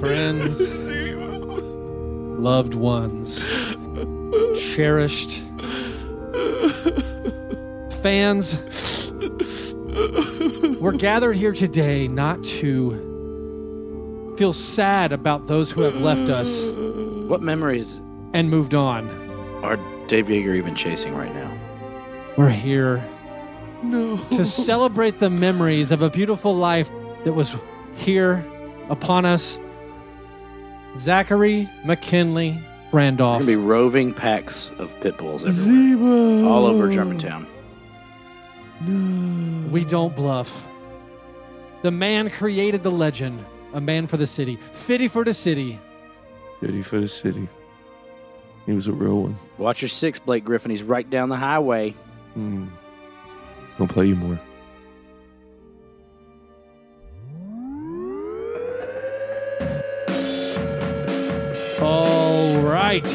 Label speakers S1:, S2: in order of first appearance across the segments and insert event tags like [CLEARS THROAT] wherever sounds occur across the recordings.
S1: friends, loved ones, cherished fans. We're gathered here today not to feel sad about those who have left us
S2: What memories
S1: and moved on.
S2: are Dave Yeager even chasing right now?
S1: We're here
S3: No.
S1: to celebrate the memories of a beautiful life that was here upon us. Zachary McKinley
S2: There's
S1: Randolph.
S2: gonna be roving packs of pit bulls everywhere,
S3: Zebo.
S2: all over Germantown.
S3: No.
S1: We don't bluff. The man created the legend, a man for the city, fitty for the city.
S3: Ready for the city. He was a real one.
S2: Watch your six, Blake Griffin. He's right down the highway.
S3: Mm. Don't play you more.
S1: All right.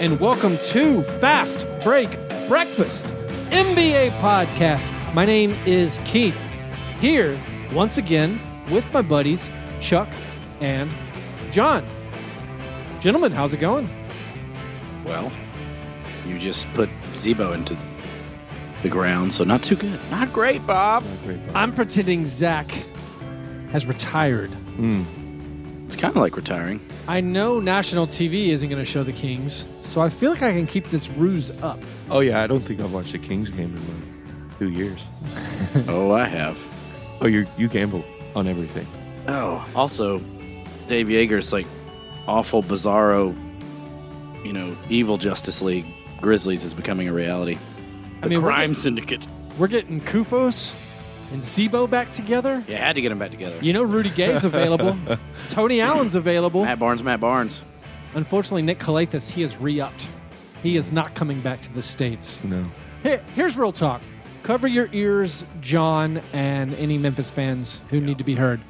S1: And welcome to Fast Break Breakfast, NBA podcast. My name is Keith. Here, once again, with my buddies, Chuck and John. Gentlemen, how's it going?
S2: Well, you just put Zebo into the ground, so not too good. Not great, Bob.
S1: I'm pretending Zach has retired.
S2: It's kind of like retiring.
S1: I know national TV isn't going to show the Kings, so I feel like I can keep this ruse up.
S3: Oh yeah, I don't think I've watched a Kings game in like two years.
S2: oh, I have.
S3: Oh, you you gamble on everything.
S2: Oh, also, Dave Yeager's like awful, bizarro, you know, evil Justice League Grizzlies is becoming a reality. The
S1: mean, we're
S2: crime syndicate.
S1: We're getting Kufos and Zebo back together.
S2: Yeah, had to get them back together.
S1: You know, Rudy Gay's available. Tony Allen's available.
S2: Matt Barnes, Matt Barnes.
S1: Unfortunately, Nick Calathis, he is re-upped. He is not coming back to the States.
S3: No.
S1: Here, here's real talk. Cover your ears, John, and any Memphis fans who need to be heard.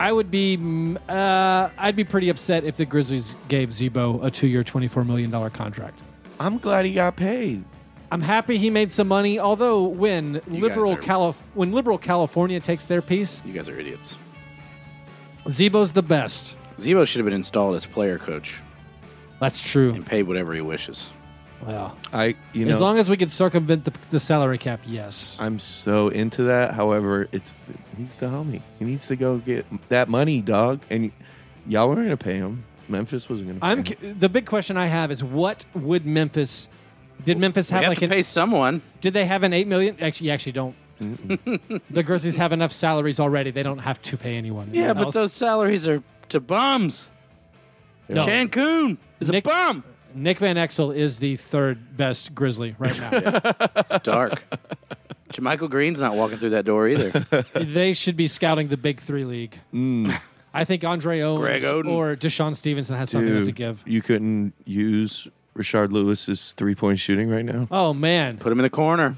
S1: I would be, mm, uh, I'd be pretty upset if the Grizzlies gave Zebo a two-year, twenty-four million dollar contract.
S3: I'm glad he got paid.
S1: I'm happy he made some money. Although when liberal
S2: are-
S1: Calif- when liberal California takes their piece,
S2: You guys are idiots.
S1: Zebo's the best.
S2: Zebo should have been installed as player coach
S1: That's true.
S2: and paid whatever he wishes.
S1: Well,
S3: I you know
S1: as long as we could circumvent the, the salary cap, yes.
S3: I'm so into that. However, it's he's the homie. He needs to go get that money, dog. And y'all weren't gonna pay him. Memphis wasn't gonna. Pay
S1: I'm
S3: him.
S1: cu- the big question I have is what would Memphis did Memphis
S2: We
S1: have
S2: have
S1: like
S2: to
S1: an
S2: pay someone.
S1: did they have an eight million? Actually, you actually don't. the Grizzlies have enough salaries already; they don't have to pay anyone.
S2: Yeah, but
S1: else.
S2: those salaries are to bums.
S1: No.
S2: Cancun is
S1: Nick-
S2: a bum.
S1: Nick Van Exel is the third best Grizzly right
S2: [LAUGHS]
S1: now.
S2: It's
S1: [LAUGHS]
S2: dark. Jermichael Green's not walking through that door either.
S1: they should be scouting the Big Three league.
S3: Mm.
S1: [LAUGHS] I think Andre Owens
S2: Greg Oden.
S1: or Deshaun Stevenson has something
S3: Dude,
S1: to give.
S3: You couldn't use Richard Lewis's three point shooting right now.
S1: Oh man,
S2: Put him in the corner.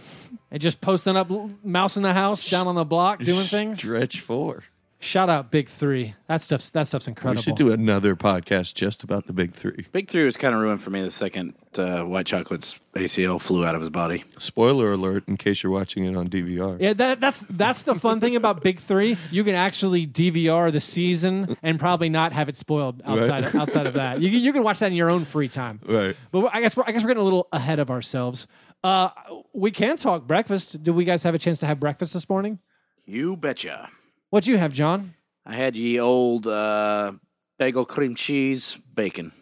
S1: and just posting up, mouse in the house, down on the block, doing things.
S3: Stretch four.
S1: Shout out Big Three. That stuff's that stuff's incredible.
S3: We should do another podcast just about the big three.
S2: Big three was kind of ruined for me the second uh, White Chocolate's ACL flew out of his body.
S3: Spoiler alert! In case you're watching it on DVR.
S1: Yeah, that, that's that's the fun thing about Big Three. You can actually DVR the season and probably not have it spoiled outside of, outside of that. You, can- you can watch that in your own free time.
S3: Right.
S1: But I guess we're, I guess we're getting a little ahead of ourselves. Uh, we can talk breakfast. Do we guys have a chance to have breakfast this morning?
S2: You betcha.
S1: What do you have, John?
S2: I had ye old uh, bagel cream cheese bacon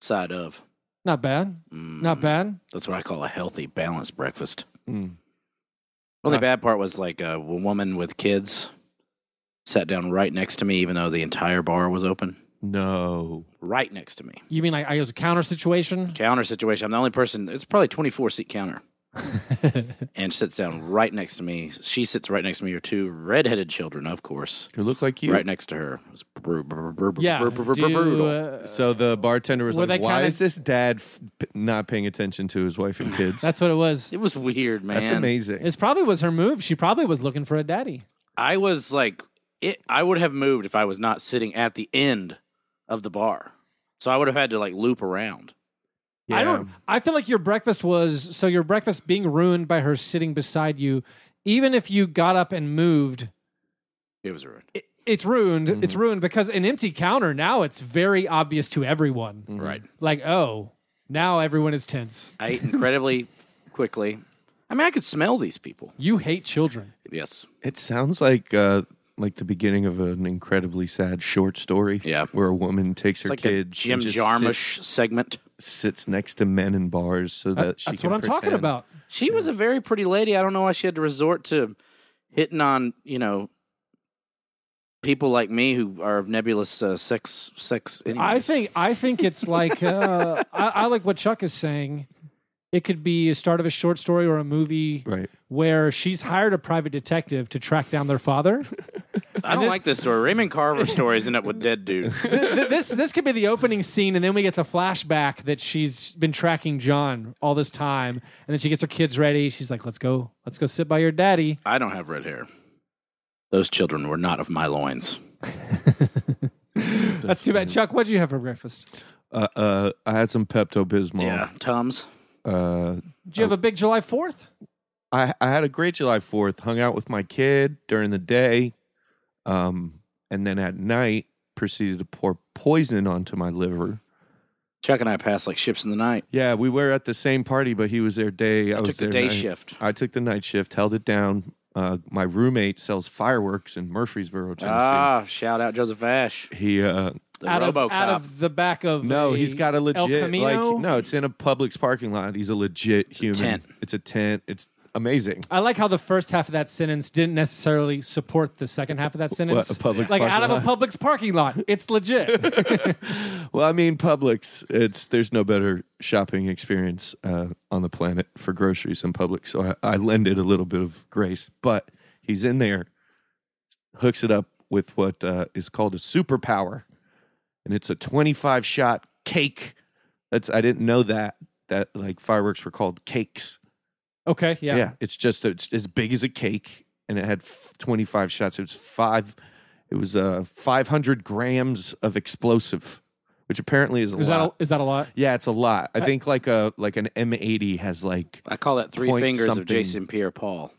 S2: side of. Mm,
S1: Not bad. Not bad.
S2: That's what I call a healthy, balanced breakfast.
S3: Mm.
S2: Only
S3: Ah.
S2: bad part was like a woman with kids sat down right next to me, even though the entire bar was open.
S3: No.
S2: Right next to me.
S1: You mean like I guess a counter situation?
S2: [LAUGHS] counter situation. I'm the only person. It's probably 24 seat counter, and sits down right next to me. She sits right next to me. Her two redheaded children, of course,
S3: It looked like you.
S2: right next to her. It was br- br- br- br-
S1: [LAUGHS] Yeah.
S2: br- br- br-
S1: do,
S2: brutal.
S1: uh,
S3: So the bartender was
S1: Were
S3: like,
S1: they
S3: "Why
S1: kinda-
S3: is this dad f- p- not paying attention to his wife and kids?"
S1: that's what it was.
S2: It was weird, man.
S3: That's amazing.
S1: It probably was her move. She probably was looking for a daddy.
S2: I was like, it. I would have moved if I was not sitting at the end of the bar. So I would have had to like loop around.
S1: I don't. I feel like your breakfast was so your breakfast being ruined by her sitting beside you. Even if you got up and moved,
S2: It was ruined.
S1: it, it's ruined. It's ruined because an empty counter now it's very obvious to everyone.
S3: Mm-hmm.
S2: Right.
S1: Like, oh, now everyone is tense.
S2: I ate incredibly quickly. I mean, I could smell these people.
S1: You hate children.
S2: Yes.
S3: It sounds like uh, like the beginning of an incredibly sad short story.
S2: Yeah.
S3: where a woman takes
S2: It's
S3: her
S2: like a
S3: kids,
S2: Jim
S3: and just
S2: Jarmusch
S3: sits,
S2: segment.
S3: sits next to men in bars so that she
S1: That's
S3: can
S1: what I'm talking
S3: pretend.
S1: about.
S2: She was a very pretty lady. I don't know why she had to resort to hitting on, you know, people like me who are of nebulous uh, sex sex.
S1: I
S2: anyways.
S1: think I think [LAUGHS] it's like uh, I, I like what Chuck is saying. It could be a start of a short story or a movie
S3: Right.
S1: where she's hired a private detective to track down their father.
S2: I don't like this story. Raymond Carver stories end up with dead dudes.
S1: [LAUGHS] Th- [LAUGHS] th- this this could be the opening scene, and then we get the flashback that she's been tracking John all this time, and then she gets her kids ready. She's like, "Let's go, let's go sit by your daddy."
S2: I don't have red hair. Those children were not of my loins.
S1: That's too bad, Chuck. What'd you have for breakfast?
S3: Uh, uh, I had some Pepto Bismol.
S2: Yeah, Tums.
S3: Uh,
S1: Did you have a big July Fourth?
S3: I I had a great July Fourth. Hung out with my kid during the day, um, and then at night proceeded to pour poison onto my liver.
S2: Chuck and I passed like ships in the night.
S3: Yeah, we were at the same party, but he was there day. I, was
S2: Took the
S3: there
S2: day
S3: night.
S2: shift.
S3: I took the night shift, held it down. Uh, my roommate sells fireworks in Murfreesboro, Tennessee.
S2: Ah, shout out Joseph Ash,
S3: he uh,
S2: the
S1: out of
S2: RoboCop.
S1: out of the back of
S3: no,
S1: a
S3: he's got a
S1: El
S3: legit
S1: Camino.
S3: like no, it's in a Publix parking lot. He's a legit
S2: a
S3: human.
S2: tent.
S3: It's a tent. It's amazing.
S1: I like how the first half of that sentence didn't necessarily support the second half of that sentence.
S3: a Publix
S1: like out of
S3: parking
S1: a Publix parking lot. It's
S3: [LAUGHS]
S1: legit.
S3: Well, I mean Publix. It's there's no better shopping experience uh, on the planet for groceries than Publix. So I, I lend it a little bit of grace, but he's in there, hooks it up with what uh, is called a superpower, and it's a 25 shot cake. That's I didn't know that that like fireworks were called cakes.
S1: okay,
S3: Yeah,
S1: yeah.
S3: it's just it's as big as a cake, and it had f- 25 shots. It was five. It was uh 500 grams of explosive, which apparently is a
S1: Is
S3: lot.
S1: that a, is that a lot?
S3: Yeah, it's a lot. I think like a like an M80 has like
S2: I call that three
S3: Point
S2: fingers
S3: something.
S2: of Jason Pierre-Paul.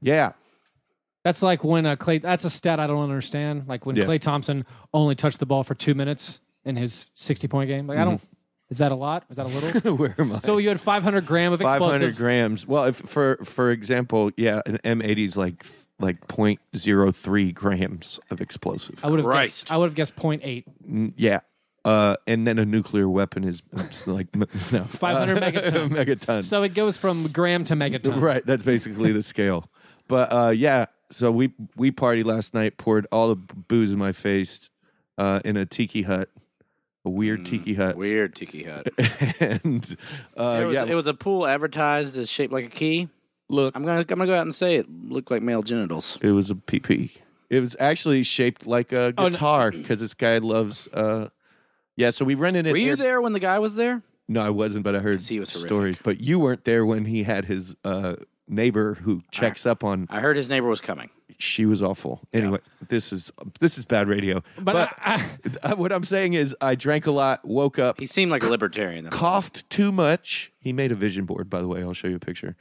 S3: yeah.
S1: That's like when uh, Clay. That's a stat I don't understand. Like when
S3: Yeah.
S1: Clay Thompson only touched the ball for two minutes in his sixty-point game. Like I don't.
S3: Mm-hmm.
S1: Is that a lot? Is that a
S3: [LAUGHS]
S1: little?
S3: [LAUGHS] Where am I?
S1: so you had five hundred gram of
S3: 500
S1: explosive.
S3: grams. Well, if for for example, yeah, an M80 is like th- like 0.03 grams of explosive.
S1: I would have
S2: Right.
S1: guessed. I would have guessed 0.8.
S3: Mm, Yeah. Uh, and then a nuclear weapon is [LAUGHS] it's like m- [LAUGHS] no
S1: 500 megaton.
S3: megatons.
S1: So it goes from gram to megaton.
S3: [LAUGHS] Right, that's basically the scale. But uh, yeah, so we we party last night, poured all the booze in my face uh, in a tiki hut, a weird tiki hut,
S2: Mm, Weird tiki [LAUGHS] hut.
S3: [LAUGHS] and
S2: it,
S3: uh,
S2: was,
S3: yeah,
S2: it was a pool advertised as shaped like a key.
S3: look,
S2: I'm gonna I'm gonna go out and say it looked like male genitals.
S3: it was a PP. It was actually shaped like a
S1: no.
S3: guitar because this guy loves. Uh, yeah, so we rented it.
S2: Were you there when the guy was there?
S3: No, I wasn't, but I heard
S2: he was horrific.
S3: stories. But you weren't there when he had his uh, neighbor
S2: Ah.
S3: who checks up on.
S2: I heard his neighbor was coming.
S3: She was awful. Anyway, this is this is bad radio.
S1: But, I, I,
S3: Uh, [LAUGHS] what I'm saying is, I drank a lot, woke up,
S2: He seemed like a libertarian. That's
S3: coughed too much. He made a vision board, by the way. I'll show you a picture.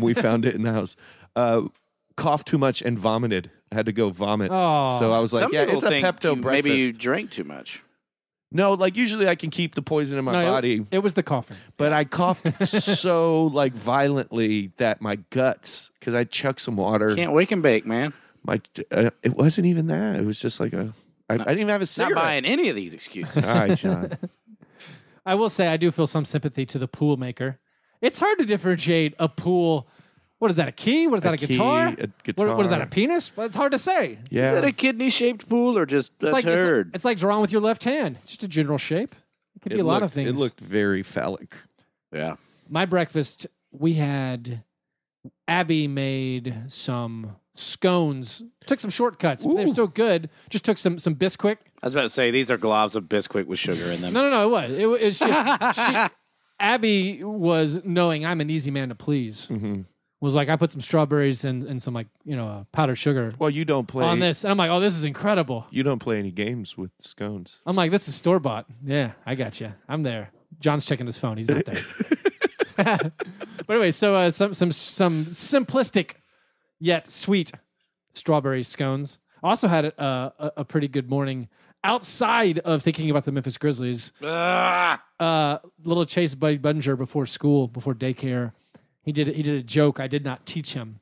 S2: [LAUGHS]
S3: we found it in the house. Uh, coughed too much and vomited. I had to go vomit.
S1: Oh.
S3: so I was like,
S2: Some
S3: yeah,
S2: people
S3: it's a
S2: think
S3: Pepto
S2: you-
S3: breakfast.
S2: Maybe you drank too much.
S3: No, like usually I can keep the poison in my
S1: no, it-
S3: body,
S1: It, was the coffin.
S3: but
S2: [LAUGHS]
S3: I coughed so like violently that my guts, because I chucked some water.
S2: Can't wake and bake, man.
S3: My uh, it wasn't even that. It was just like a. I, I didn't even have a
S2: Not
S3: cigarette.
S2: buying any of these excuses.
S3: All
S2: [LAUGHS]
S3: right, John.
S1: I will say I do feel some sympathy to the pool maker. It's hard to differentiate a pool. What is that? A key? What is that? A,
S3: key,
S1: guitar?
S3: a
S1: What, what is that? A
S3: guitar.
S1: penis? Well, it's hard to say.
S3: Yeah.
S2: Is it a kidney shaped pool or just a
S1: It's like
S2: turd?
S1: It's, it's like drawing with your left hand. It's just a general shape. It could be a lot
S3: looked,
S1: of things.
S3: It looked very phallic.
S2: yeah.
S1: My breakfast, we had Abby made some scones. Took some shortcuts, but they're
S3: Ooh.
S1: still good. Just took some some Bisquick.
S2: I was about to say these are globs of Bisquick with sugar in them.
S1: No, no, no. It was. It, wa- it was she, she, Abby was knowing I'm an easy man to please. Was like I put some strawberries and, and some like you know uh, powdered sugar
S3: Well, you don't play
S1: on this, and I'm like, oh, this is incredible.
S3: You don't play any games with scones.
S1: I'm like, this is store bought. Yeah, I got you. I'm there. John's checking his phone. He's not there. but anyway, so uh, some some some simplistic yet sweet strawberry scones. Also had a, a, a pretty good morning outside of thinking about the Memphis Grizzlies.
S2: Ah!
S1: Uh, little Chase Buddy Bunger before school, before daycare. He did he did a joke I did not teach him.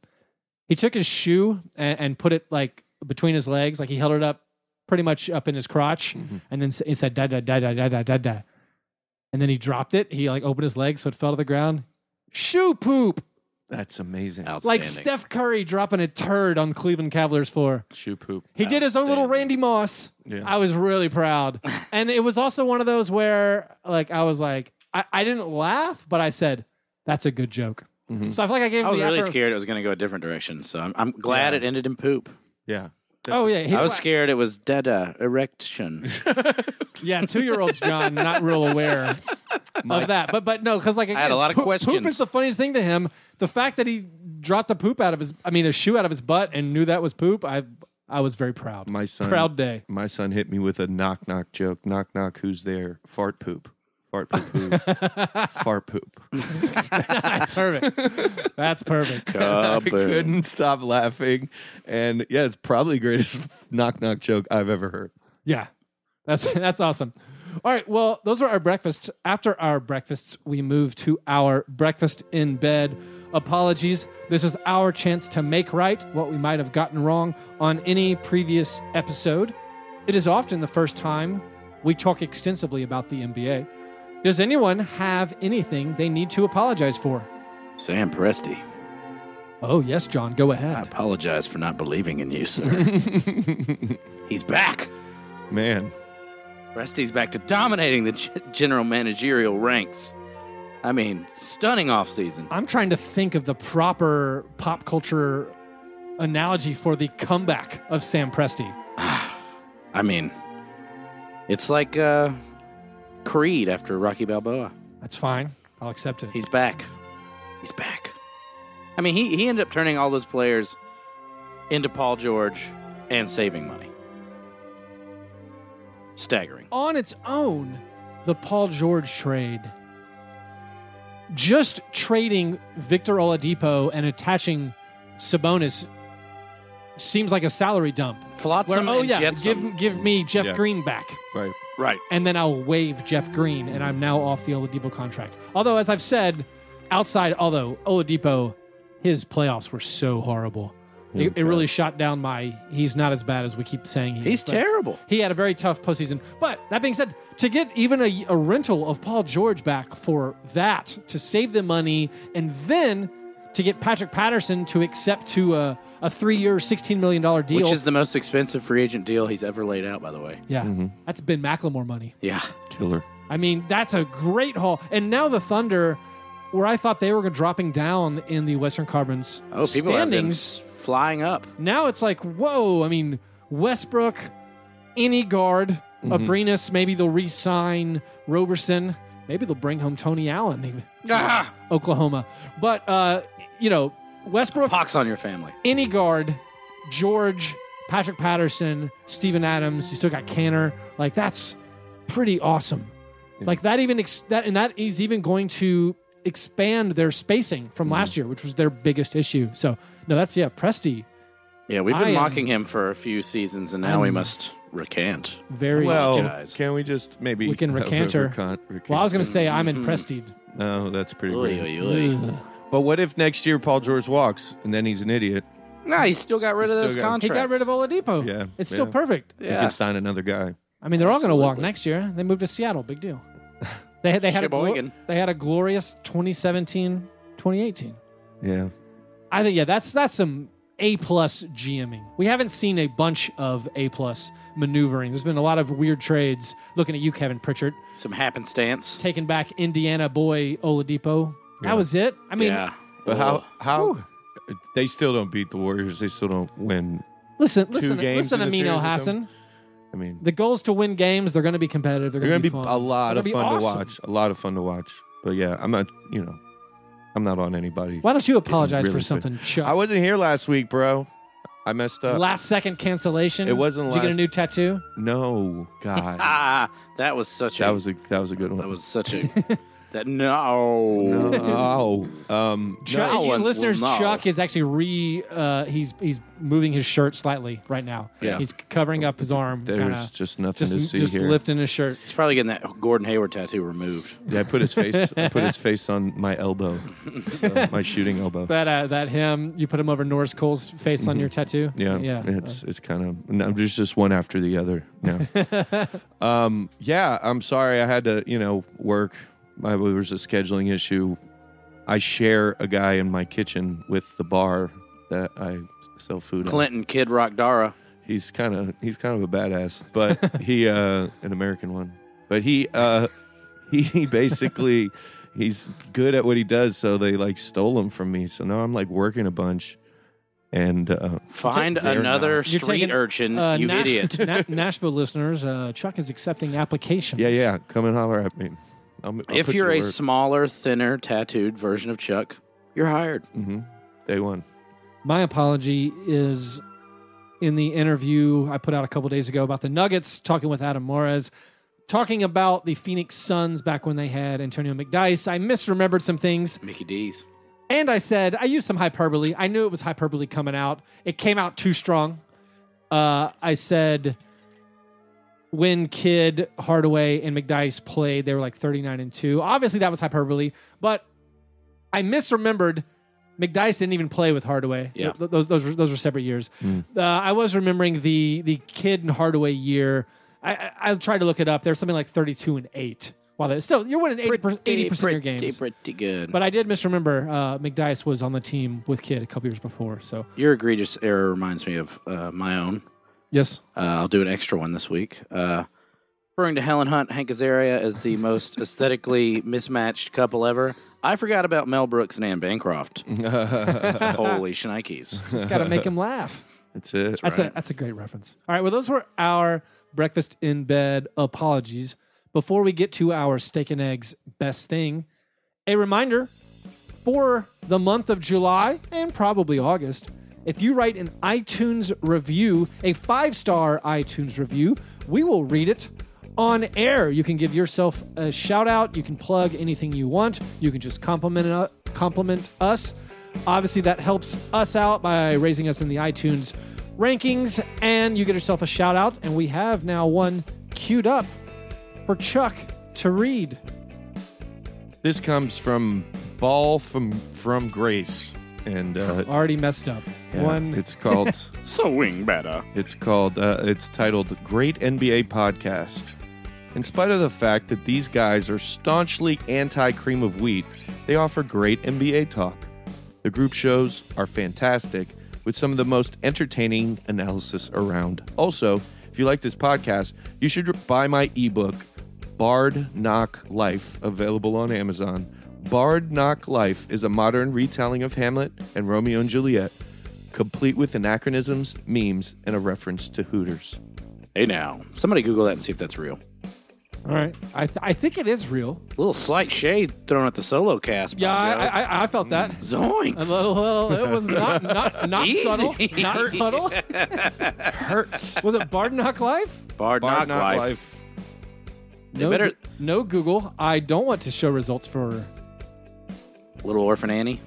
S1: He took his shoe and, and put it like between his legs, like he held it up pretty much up in his crotch, and then s- he said da da da da da da da da, and then he dropped it. He like opened his legs so it fell to the ground. Shoe poop,
S3: That's amazing.
S1: like
S2: Outstanding.
S1: Steph Curry dropping a turd on Cleveland Cavaliers floor.
S3: Shoe poop.
S1: He did his own little
S2: Outstanding.
S1: Randy Moss.
S3: Yeah.
S1: I was really
S3: [LAUGHS]
S1: proud. and it was also one of those where like I was like, I, I didn't laugh, but I said, that's a good joke.
S3: Mm-hmm.
S1: So I feel like I gave
S2: I
S1: him
S2: was
S1: the
S2: really
S1: effort-
S2: scared it was going to go a different direction, so I'm, I'm glad it ended in poop.
S3: Yeah.
S1: Oh yeah. He,
S2: I was scared it was dada erection.
S1: Yeah, two year olds
S2: [LAUGHS]
S1: John, not real aware of that. But but no, because like again,
S2: had a lot of
S1: poop, Poop
S2: questions.
S1: is the funniest thing to him. The fact that he dropped the poop out of his I mean a shoe out of his butt and knew that was poop, I I was very proud.
S3: My son.
S1: Proud day. [LAUGHS]
S3: My son hit me with a knock knock joke. Knock knock. Who's there? Fart poop. Fart poop.
S1: [LAUGHS]
S3: Who? Fart poop.
S1: That's perfect. That's perfect.
S3: [LAUGHS] I couldn't stop laughing, and yeah, it's probably the greatest [LAUGHS] knock knock joke I've ever heard.
S1: Yeah. That's [LAUGHS] that's awesome. All right, well, those were our breakfasts. After our breakfasts, we move to our breakfast in bed. Apologies. This is our chance to make right what we might have gotten wrong on any previous episode. It is often the first time we talk extensively about the NBA. Does anyone have anything they need to apologize for?
S2: Sam Presti,
S1: Oh, yes, John, go
S2: I
S1: ahead.
S2: apologize for not believing in you, sir. He's back.
S3: Man,
S2: Presti's back to dominating the g- general managerial ranks. I mean, stunning offseason.
S1: I'm trying to think of the proper pop culture analogy for the comeback of Sam Presti.
S2: I mean, it's like uh, Creed after Rocky Balboa.
S1: That's fine. I'll accept it.
S2: He's back. He's back. I mean, he, he ended up turning all those players into Paul George and saving money. Staggering.
S1: On its own, the Paul George trade, just trading Victor Oladipo and attaching Sabonis seems like a salary dump. Where,
S2: Flotsam
S1: oh
S2: and
S1: yeah,
S2: jetsam.
S1: give give me Jeff
S3: Yeah.
S1: Green back.
S3: right?
S2: right.
S1: and then I'll waive Jeff Green, and I'm now off the Oladipo contract. Although, as I've said, outside, although Oladipo, his playoffs were so horrible. It, it really shot down my. He's not as bad as we keep saying he
S2: He's
S1: is, but
S2: terrible.
S1: He had a very tough postseason. But that being said, to get even a, a rental of Paul George back for that, to save the money, and then to get Patrick Patterson to accept to a, a three year, $16 million deal.
S2: Which is the most expensive free agent deal he's ever laid out, by the way.
S1: yeah, that's Ben McLemore money.
S2: Yeah.
S3: Killer.
S1: I mean, that's a great haul. And now the Thunder, where I thought they were dropping down in the Western Conference
S2: Oh, people have been
S1: standings,
S2: s- flying up.
S1: now it's like, whoa. I mean, Westbrook, any guard,
S2: Mm-hmm.
S1: Abrinas, maybe they'll re sign Roberson. Maybe they'll bring home Tony Allen, even,
S2: Ah!
S1: Oklahoma. But, uh, you know, Westbrook,
S2: Pox on your family.
S1: any guard, George, Patrick Patterson, Steven Adams, you still got Canner. Like that's pretty awesome. Like that even ex- that and that is even going to expand their spacing from
S3: Mm-hmm.
S1: last year, which was their biggest issue. So no, that's yeah, Presti
S2: Yeah, we've
S1: I
S2: been
S1: am-
S2: mocking him for a few seasons, and now we must recant.
S1: very
S3: Well,
S2: apologize.
S3: can we just maybe
S1: We can
S3: have a
S1: recant her.
S3: recant- recant-
S1: Well, I was gonna say I'm in
S3: Mm-hmm.
S1: Presti.
S3: no, Oh, that's pretty
S2: Oy,
S3: weird.
S2: oy, oy.
S3: But what if next year Paul George walks and then he's an idiot?
S2: No, he still got rid
S3: He
S2: of
S3: still
S2: those
S3: got-
S2: contracts.
S1: He got rid of Oladipo.
S3: Yeah,
S1: it's still
S3: yeah.
S1: perfect.
S3: He
S2: Yeah.
S3: can sign another guy.
S1: I mean, they're all going to walk
S2: Absolutely.
S1: next year. They moved to Seattle. Big deal. They had they had a glo-
S2: Sheboygan.
S1: they had a glorious 2017, 2018.
S3: Yeah.
S1: I think yeah, that's that's some A plus GMing. We haven't seen a bunch of A plus maneuvering. There's been a lot of weird trades. Looking at you, Kevin Pritchard,
S2: Some happenstance.
S1: taking back Indiana boy Oladipo. That was it. I mean,
S2: yeah.
S3: But how?
S2: Oh.
S3: How? They still don't beat the Warriors. They still don't win.
S1: listen, listen,
S3: games
S1: listen,
S3: in the
S1: Amino
S3: series with
S1: Hassan.
S3: them? I mean,
S1: The goal is to win games. They're going to be competitive. They're
S3: they're
S1: going to be,
S3: gonna be
S1: fun.
S3: a lot
S1: They're
S3: of
S1: gonna be
S3: fun to
S1: awesome.
S3: watch. A lot of fun to watch. But yeah, I'm not. You know, I'm not on anybody.
S1: Why don't you apologize
S3: really
S1: for
S3: good.
S1: something,
S3: I
S1: Chuck?
S3: wasn't here last week, bro. I messed up.
S1: last second cancellation.
S3: It wasn't
S1: Did you get a
S3: last-
S1: new tattoo?
S3: no, God,
S1: [LAUGHS]
S2: Ah, that was such a
S3: that was a that was a good one.
S2: that was such a That no.
S3: [LAUGHS] oh, um,
S1: Chuck,
S2: No one
S1: listeners,
S2: will know.
S1: Chuck is actually re. Uh, he's he's moving his shirt slightly right now.
S2: Yeah.
S1: he's covering up his arm.
S3: there's
S1: kinda,
S3: just nothing
S1: just
S3: to see
S1: just
S3: here.
S1: lifting his shirt.
S2: He's probably getting that Gordon Hayward tattoo removed.
S3: Yeah, I
S1: [LAUGHS]
S3: put his face. I put his face on my elbow, [LAUGHS] so, my shooting elbow.
S1: That uh, that him. You put him over Norris Cole's face on your tattoo.
S3: Yeah,
S1: yeah. uh.
S3: It's it's kind of no, there's just one after the other now. um, yeah, I'm sorry I had to you know work. I, there was a scheduling issue. I share a guy in my kitchen with the bar that I sell food. at.
S2: Clinton Kid Rock Dara.
S3: he's kind of he's kind of a badass, but he uh an American one. But he uh he, he basically he's good at what he does, so they like stole him from me. So now I'm like working a bunch and uh
S2: Find
S3: They're
S2: another
S3: not.
S1: You're
S2: street
S1: taking,
S2: urchin,
S1: Uh,
S2: you
S1: Nash- [LAUGHS]
S2: idiot.
S1: Na- Nashville listeners, uh, Chuck is accepting applications.
S3: yeah, yeah, come and holler at me. I'll, I'll
S2: if
S3: put
S2: you're
S3: you
S2: a
S3: to work.
S2: smaller, thinner, tattooed version of Chuck, you're hired.
S3: Mhm. day one.
S1: My apology is in the interview I put out a couple days ago about the Nuggets, talking with Adam Morez, talking about the Phoenix Suns back when they had Antonio McDice. I misremembered some things,
S2: Mickey D's.
S1: and I said I used some hyperbole. I knew it was hyperbole coming out. It came out too strong. Uh, I said when Kidd, Hardaway, and McDice played, they were like 39 and 2. Obviously, that was hyperbole, but I misremembered McDice didn't even play with Hardaway.
S2: Yeah. Hmm.
S1: Th- those, those, were, those were separate years. Uh, I was remembering the, the Kidd and Hardaway year. I, I, I tried to look it up. There's something like 32 and 8. Wow, that's still, you're winning 80%, 80% of your
S2: pretty,
S1: games.
S2: pretty good.
S1: But I did misremember uh, McDice was on the team with Kidd a couple years before. So
S2: Your egregious error reminds me of uh, my own.
S1: yes,
S2: Uh, I'll do an extra one this week. Uh, referring to Helen Hunt, Hank Azaria as the
S1: [LAUGHS]
S2: most aesthetically mismatched couple ever. I forgot about Mel Brooks and
S1: [LAUGHS]
S2: Anne Bancroft. Holy shnikes.
S1: just got to make him laugh.
S3: That's it.
S1: That's a that's a great reference. All right, well, those were our breakfast in bed apologies. Before we get to our steak and eggs best thing, a reminder for the month of July and probably August. If you write an iTunes review, a five star iTunes review, we will read it on air. You can give yourself a shout out. You can plug anything you want. You can just compliment, uh, compliment us. Obviously, that helps us out by raising us in the iTunes rankings, and you get yourself a shout out. And we have now one queued up for Chuck to read.
S3: This comes from Ball from from Grace, and uh,
S1: Already messed up.
S3: yeah,
S1: one.
S3: It's called. [LAUGHS]
S2: Sewing better.
S3: It's called, uh, it's titled Great NBA Podcast. In spite of the fact that these guys are staunchly anti cream of wheat, they offer great NBA talk. The group shows are fantastic, with some of the most entertaining analysis around. Also, if you like this podcast, you should buy my ebook, Bard Knock Life, available on Amazon. Bard Knock Life is a modern retelling of Hamlet and Romeo and Juliet, complete with anachronisms, memes, and a reference to Hooters.
S2: Hey now. Somebody Google that and see if that's real.
S1: All right. I, th- I think it is real.
S2: little slight shade thrown at the solo cast. by
S1: Yeah, I,
S2: Joe.
S1: I, I- I felt that. A
S2: Zoinks.
S1: little, little- it was not not, not
S2: Mm. Easy.
S1: subtle. Not subtle.
S3: Hurts.
S1: Was it Bardenhock Life?
S2: Bard,
S3: Bard
S2: knock, life.
S1: No,
S2: better-
S1: Goo- no Google. I don't want to show results for.
S2: Little Orphan Annie.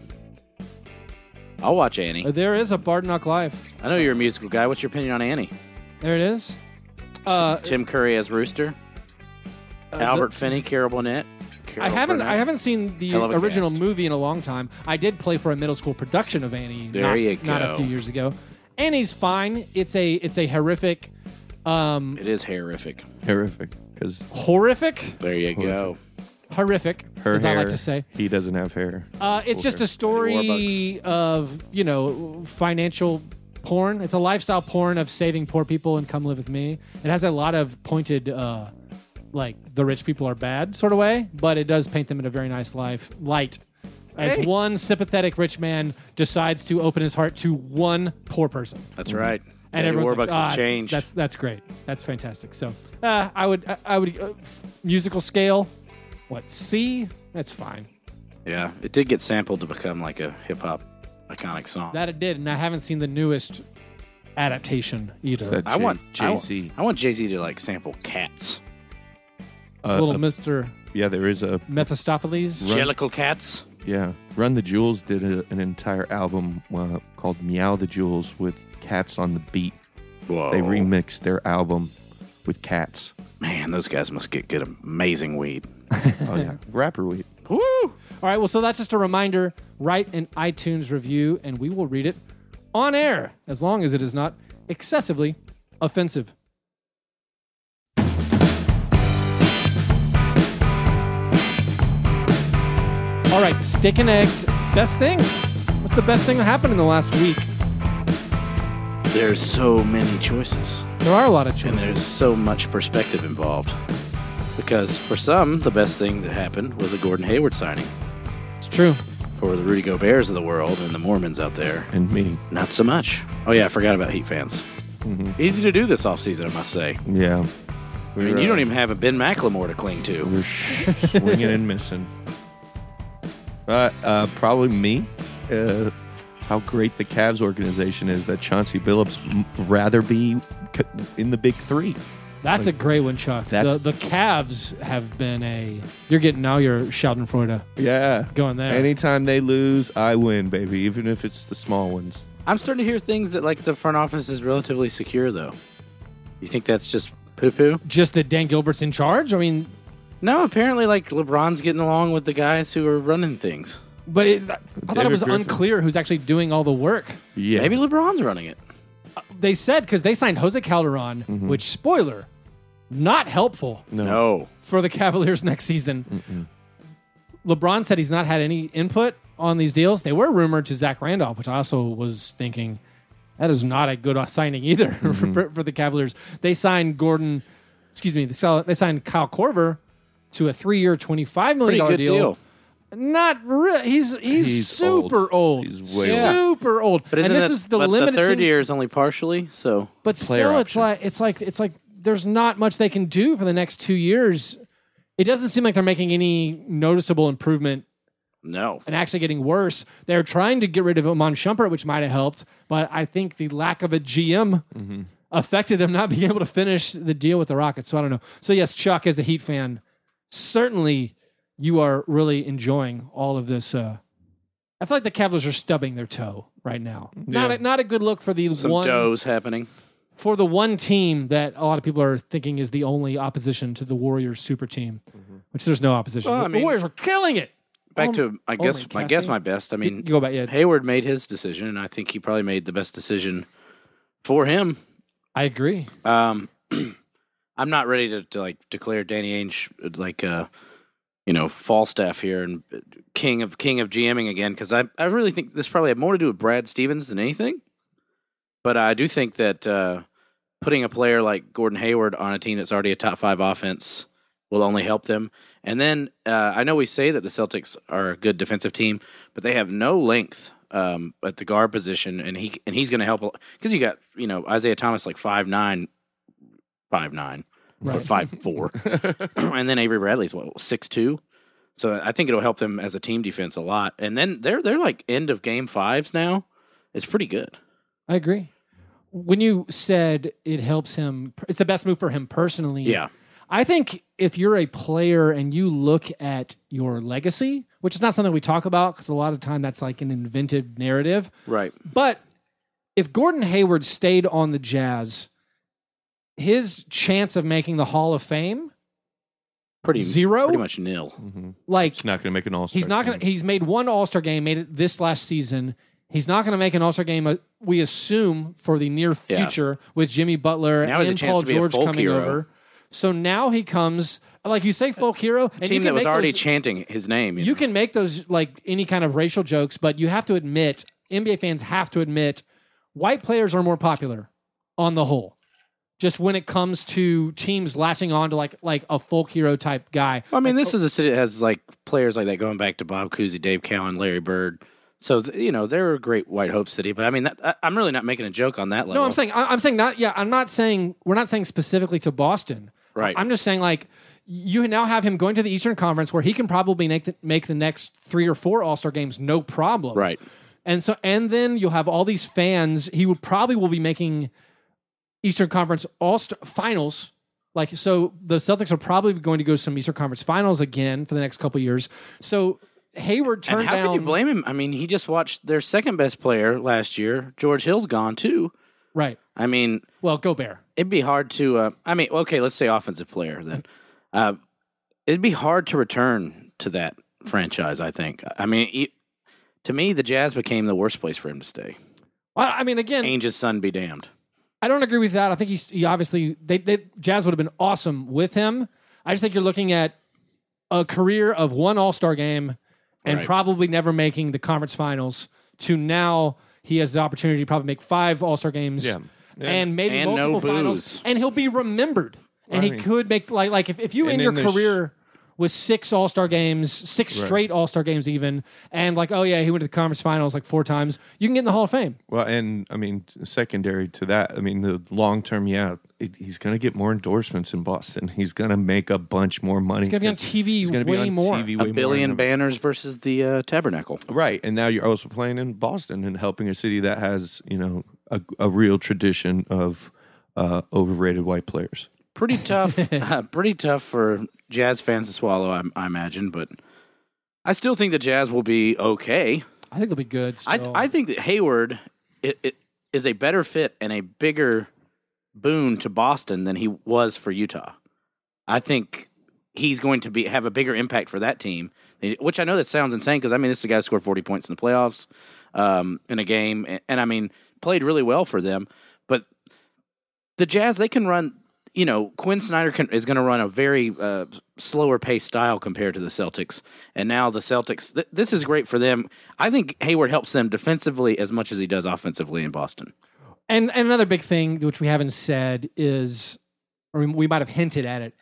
S2: I'll watch Annie.
S1: uh, There is a Bardenhock Life.
S2: I know you're a musical guy. What's your opinion on Annie?
S1: There it is. Uh,
S2: Tim Curry as Rooster. Albert Finney, Carol Burnett.
S1: I
S2: Carol
S1: haven't
S2: Burnett.
S1: I haven't seen the
S2: Hell of a
S1: original
S2: cast.
S1: movie in a long time. I did play for a middle school production of Annie.
S2: There
S1: not,
S2: you
S1: Not a
S2: go.
S1: few years ago. Annie's fine. It's a it's a horrific, um,
S2: It is horrific.
S3: Horrific. Because
S1: horrific,
S2: There you go.
S1: horrific.
S3: her
S1: as
S3: hair.
S1: I like to say.
S3: He doesn't have hair.
S1: Uh, it's just a story of you know financial porn. It's a lifestyle porn of saving poor people and come live with me. It has a lot of pointed, uh, like the rich people are bad sort of way, but it does paint them in a very nice life light. As
S3: Hey.
S1: one sympathetic rich man decides to open his heart to one poor person,
S2: That's right.
S1: and
S2: Eddie
S1: everyone's
S2: Warbucks
S1: like, "Ah,
S2: has
S1: it's-
S2: changed.
S1: That's that's great. That's fantastic. So uh, I would I- I would uh, f- musical scale, what C? That's fine.
S2: yeah, it did get sampled to become like a hip hop iconic song.
S1: That it did, and I haven't seen the newest adaptation either.
S3: that
S2: I want
S3: Jay Z.
S2: I want Jay Z to like sample cats. uh,
S1: Little Mister
S3: Uh, yeah, there is a
S1: Mephistopheles.
S3: Right.
S2: Jellicle cats.
S3: yeah. Run the Jewels did a, an entire album uh, called Meow the Jewels with cats on the beat.
S2: Whoa.
S3: They remixed their album
S2: [LAUGHS]
S3: with cats.
S2: Man, those guys must get good, amazing weed.
S3: Oh yeah, rapper weed.
S2: Woo!
S1: All right. Well, so that's just a reminder. Write an iTunes review, and we will read it on air, as long as it is not excessively offensive. All right, steak and eggs. Best thing. What's the best thing that happened in the last week?
S2: There's so many choices,
S1: There are a lot of
S2: and
S1: choices.
S2: there's so much perspective involved. Because for some, the best thing that happened was a Gordon Hayward signing.
S1: It's true.
S2: For the Rudy Gobert's of the world and the Mormons out there,
S3: And me,
S2: not so much. Oh yeah, I forgot about Heat fans.
S1: Mm-hmm.
S2: Easy to do this offseason, I must say.
S3: yeah.
S2: I mean, you don't even have a Ben McLemore to cling to.
S3: We're sh- swinging and missing. Uh, uh, probably me. Uh, how great the Cavs organization is that Chauncey Billups m- rather be c- in the big three.
S1: That's a great one, Chuck.
S3: That's-
S1: The, the Cavs have been a. You're getting now your Schadenfreude
S3: Yeah.
S1: going there.
S3: Anytime they lose, I win, baby, even if it's the small ones.
S2: I'm starting to hear things that like the front office is relatively secure, though. You think that's just poo poo?
S1: Just that Dan Gilbert's in charge. I mean,
S2: No, apparently, like LeBron's getting along with the guys who are running things.
S1: But it, I thought it
S3: David
S1: was
S3: Griffin.
S1: unclear who's actually doing all the work.
S3: Yeah.
S2: Maybe LeBron's running it.
S1: They said because they signed Jose Calderon, which spoiler, not helpful
S3: No.
S2: No,
S1: for the [LAUGHS] Cavaliers next season. LeBron said he's not had any input on these deals. They were rumored to Zach Randolph, which I also was thinking that is not a good signing either [LAUGHS]
S2: Mm-hmm.
S1: for, for the Cavaliers. They signed Gordon, excuse me, they, sell, they signed Kyle Corver to a three-year, twenty-five million
S2: pretty
S1: dollar
S2: good deal.
S1: Not really. He's he's,
S3: He's
S1: super old.
S3: old. He's way
S2: old.
S1: super old.
S2: But isn't
S1: and this
S2: that-
S1: is the
S2: but
S1: limited
S2: the third
S1: things-
S2: year is only partially. So
S1: But
S3: player
S1: still, it's
S3: option.
S1: like it's like it's like there's not much they can do for the next two years. It doesn't seem like they're making any noticeable improvement
S2: no,
S1: and actually getting worse. They're trying to get rid of Amon Shumpert, which might have helped, but I think the lack of a GM
S3: Mm-hmm.
S1: affected them not [LAUGHS] being able to finish the deal with the Rockets. So I don't know. So yes, Chuck, as a Heat fan, certainly you are really enjoying all of this. Uh, I feel like the Cavaliers are stubbing their toe right now. Not a, not a good look for the
S2: some
S1: one
S2: doughs happening.
S1: for the one team that a lot of people are thinking is the only opposition to the Warriors super team, which there's no opposition.
S2: Mm-hmm. Well, I
S1: the
S2: mean-
S1: Warriors are killing it.
S2: Back
S1: Oh,
S2: to I
S1: oh
S2: guess
S1: my
S2: I guess
S1: casting.
S2: my best. I
S1: You-
S2: mean,
S1: you go back, yeah.
S2: Hayward made his decision, and I think he probably made the best decision for him.
S1: I agree.
S2: Um, [CLEARS THROAT] I'm not ready to, to like declare Danny Ainge uh, like uh, you know Falstaff here and uh, king of king of GMing again because I I really think this probably had more to do with Brad Stevens than anything. But I do think that uh, putting a player like Gordon Hayward on a team that's already a top five offense will only help them. And then uh, I know we say that the Celtics are a good defensive team, but they have no length um, at the guard position, and he and he's going to help because you got you know Isaiah Thomas like five nine, five nine, or five
S1: [LAUGHS]
S2: four, [CLEARS THROAT] and then Avery Bradley's what six two. So I think it'll help them as a team defense a lot. And then they're they're like end of game fives now. It's pretty good.
S1: I agree. When you said it helps him, it's the best move for him personally.
S2: Yeah.
S1: I think if you're a player and you look at your legacy, which is not something we talk about because a lot of time that's like an invented narrative,
S2: Right.
S1: But if Gordon Hayward stayed on the Jazz, his chance of making the Hall of Fame,
S2: Pretty
S1: Zero?
S2: Pretty much nil.
S3: Mm-hmm.
S1: like
S3: He's not going to make an all star.
S1: he's not going to, he's made one All Star game, made it this last season. He's not going to make an All Star game, uh, we assume, for the near
S2: Yeah.
S1: future with Jimmy Butler
S2: Now is a
S1: and
S2: chance
S1: Paul
S2: to be a
S1: George
S2: folk
S1: coming
S2: hero.
S1: over. So now he comes, like you say, folk hero. And you
S2: team
S1: can
S2: that was
S1: make
S2: already
S1: those-
S2: chanting his name.
S1: you can make those like any kind of racial jokes, but you have to admit, NBA fans have to admit, white players are more popular on the whole. Just when it comes to teams latching on to like like a folk hero type guy.
S2: I mean,
S1: Oh.
S2: this is a city that has like players like that going back to Bob Cousy, Dave Cowan, Larry Bird. So th- you know they're a great White Hope city. But I mean, that, I, I'm really not making a joke on that level.
S1: No, I'm saying I- I'm saying not. Yeah, I'm not saying we're not saying specifically to Boston.
S2: Right.
S1: I'm just saying like you now have him going to the Eastern Conference where he can probably make the, make the next three or four All Star games no problem.
S2: right.
S1: And so, and then you'll have all these fans. He will probably will be making Eastern Conference All Finals Like so, the Celtics are probably going to go to some Eastern Conference Finals again for the next couple years. So Hayward turned
S2: and how
S1: down
S2: can you blame him? I mean, he just watched their second best player last year. George Hill's gone too.
S1: right.
S2: I mean,
S1: Well, Gobert.
S2: it'd be hard to. Uh, I mean, okay, let's say offensive player then. Uh, it'd be hard to return to that franchise. I think. I mean, e to me, the Jazz became the worst place for him to stay.
S1: Well, I mean, again,
S2: Ainge's son be damned.
S1: I don't agree with that. I think he's, he obviously they, they Jazz would have been awesome with him. I just think you're looking at a career of one All Star game and
S2: Right.
S1: probably never making the conference finals. To now, he has the opportunity to probably make five All Star games
S3: Yeah. Yeah.
S1: and maybe
S2: And no
S1: multiple
S2: booze.
S1: finals, and he'll be remembered. And he
S3: Right.
S1: could make like like if, if you end
S3: then
S1: your
S3: there's-
S1: career with six All Star games, six straight All Star games, even, and like oh yeah, he went to the conference finals like four times. You can get in the Hall of Fame.
S3: Well, and I mean, secondary to that, I mean, the long term, yeah, it, he's going to get more endorsements in Boston. He's going to make a bunch more money. He's
S1: gonna be on TV
S3: he's gonna
S1: way
S3: be on
S1: more.
S3: TV
S2: A
S3: way more
S2: billion
S3: than-
S2: banners versus the uh, Tabernacle.
S3: Right. And now you're also playing in Boston and helping a city that has, you know, a, a real tradition of uh, overrated white players.
S2: Pretty tough.
S3: [LAUGHS]
S2: uh, pretty tough for Jazz fans to swallow. I, I imagine, but I still think the Jazz will be okay.
S1: I think they'll be good.
S2: I
S1: still.
S2: I think that Hayward i i- is a better fit and a bigger boon to Boston than he was for Utah. I think he's going to be have a bigger impact for that team, eh, which I know that sounds insane because I mean this is a guy who scored forty points in the playoffs um, in a game, and, and I mean played really well for them. But the Jazz they can run. You know, Quinn Snyder can, is going to run a very uh, slower pace style compared to the Celtics, and now the Celtics. Th- this is great for them. I think Hayward helps them defensively as much as he does offensively in Boston.
S1: And, and another big thing which we haven't said is, or we- we might have hinted at it.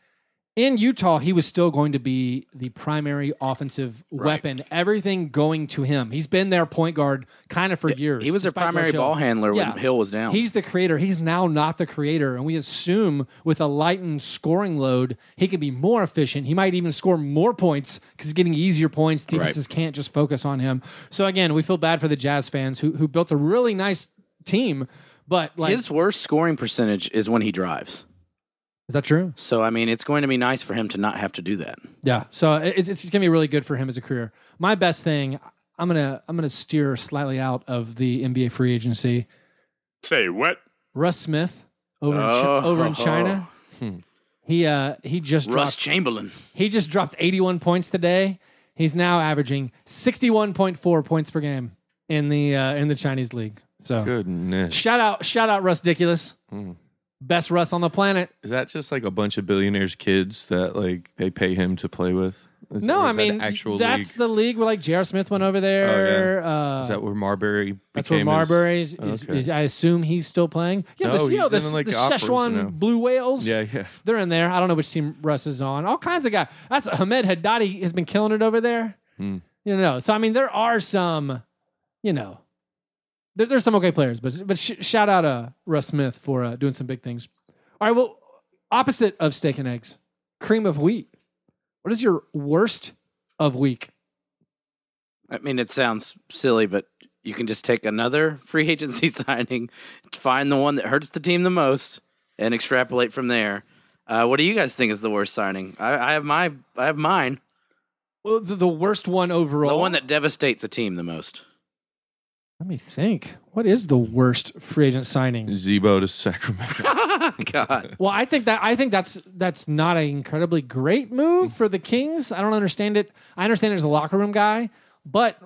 S1: In Utah, he was still going to be the primary offensive weapon. Everything going to him. He's been their point guard kind of for years.
S2: He was their
S1: despite George
S2: primary
S1: Hill.
S2: ball handler
S1: Yeah.
S2: when Hill was down.
S1: He's the creator. He's now not the creator, and we assume with a lightened scoring load, he can be more efficient. He might even score more points because he's getting easier points. Defenses can't just focus on him. So again, we feel bad for the Jazz fans who who built a really nice team, but like
S2: His worst scoring percentage is when he drives.
S1: Is that true?
S2: So I mean, it's going to be nice for him to not have to do that.
S1: Yeah. So it's, it's going to be really good for him as a career. My best thing, I'm gonna I'm gonna steer slightly out of the NBA free agency.
S4: Say what?
S1: Russ Smith over in Chi-
S2: Oh.
S1: over in China. He uh he just
S2: Russ
S1: dropped
S2: Chamberlain.
S1: he just dropped 81 points today. He's now averaging 61.4 points per game in the uh, in the Chinese league. So
S3: Goodness.
S1: shout out shout out Russ Diculous. Best Russ on the planet.
S3: Is that just like a bunch of billionaires' kids that like they pay him to play with? Is-
S1: No,
S3: or is
S1: I
S3: that
S1: mean
S3: an actual
S1: that's
S3: league? Oh,
S1: the league where like J.R. Smith went over there. uh,
S3: Is that where Marbury?
S1: That's where
S3: became his-
S1: Marbury's. Is,
S3: Okay.
S1: is, I assume he's still playing. Yeah,
S3: No,
S1: this, you
S3: he's
S1: know
S3: in,
S1: this,
S3: like,
S1: the
S3: the operas
S1: Szechuan
S3: now.
S1: blue whales.
S3: Yeah, yeah.
S1: they're in there. I don't know which team Russ is on. All kinds of guys. That's Ahmed Haddadi has been killing it over there. You know, so I mean, there are some, you know, there, there's some okay players, but but sh- shout out uh, Russ Smith for uh, doing some big things. All right, well, opposite of steak and eggs, cream of wheat. What is your worst of week?
S2: I mean, it sounds silly, but you can just take another free [LAUGHS] agency signing, find the one that hurts the team the most, and extrapolate from there. Uh, what do you guys think is the worst signing? I, I have my, I have mine.
S1: Well, the, the worst one overall.
S2: The one that devastates a team the most. [LAUGHS]
S1: Let me think. What is the worst free agent signing?
S3: Zebo to Sacramento. [LAUGHS]
S2: God,
S1: Well, I think that I think that's that's not an incredibly great move for the Kings. I don't understand it. I understand it as a locker room guy, but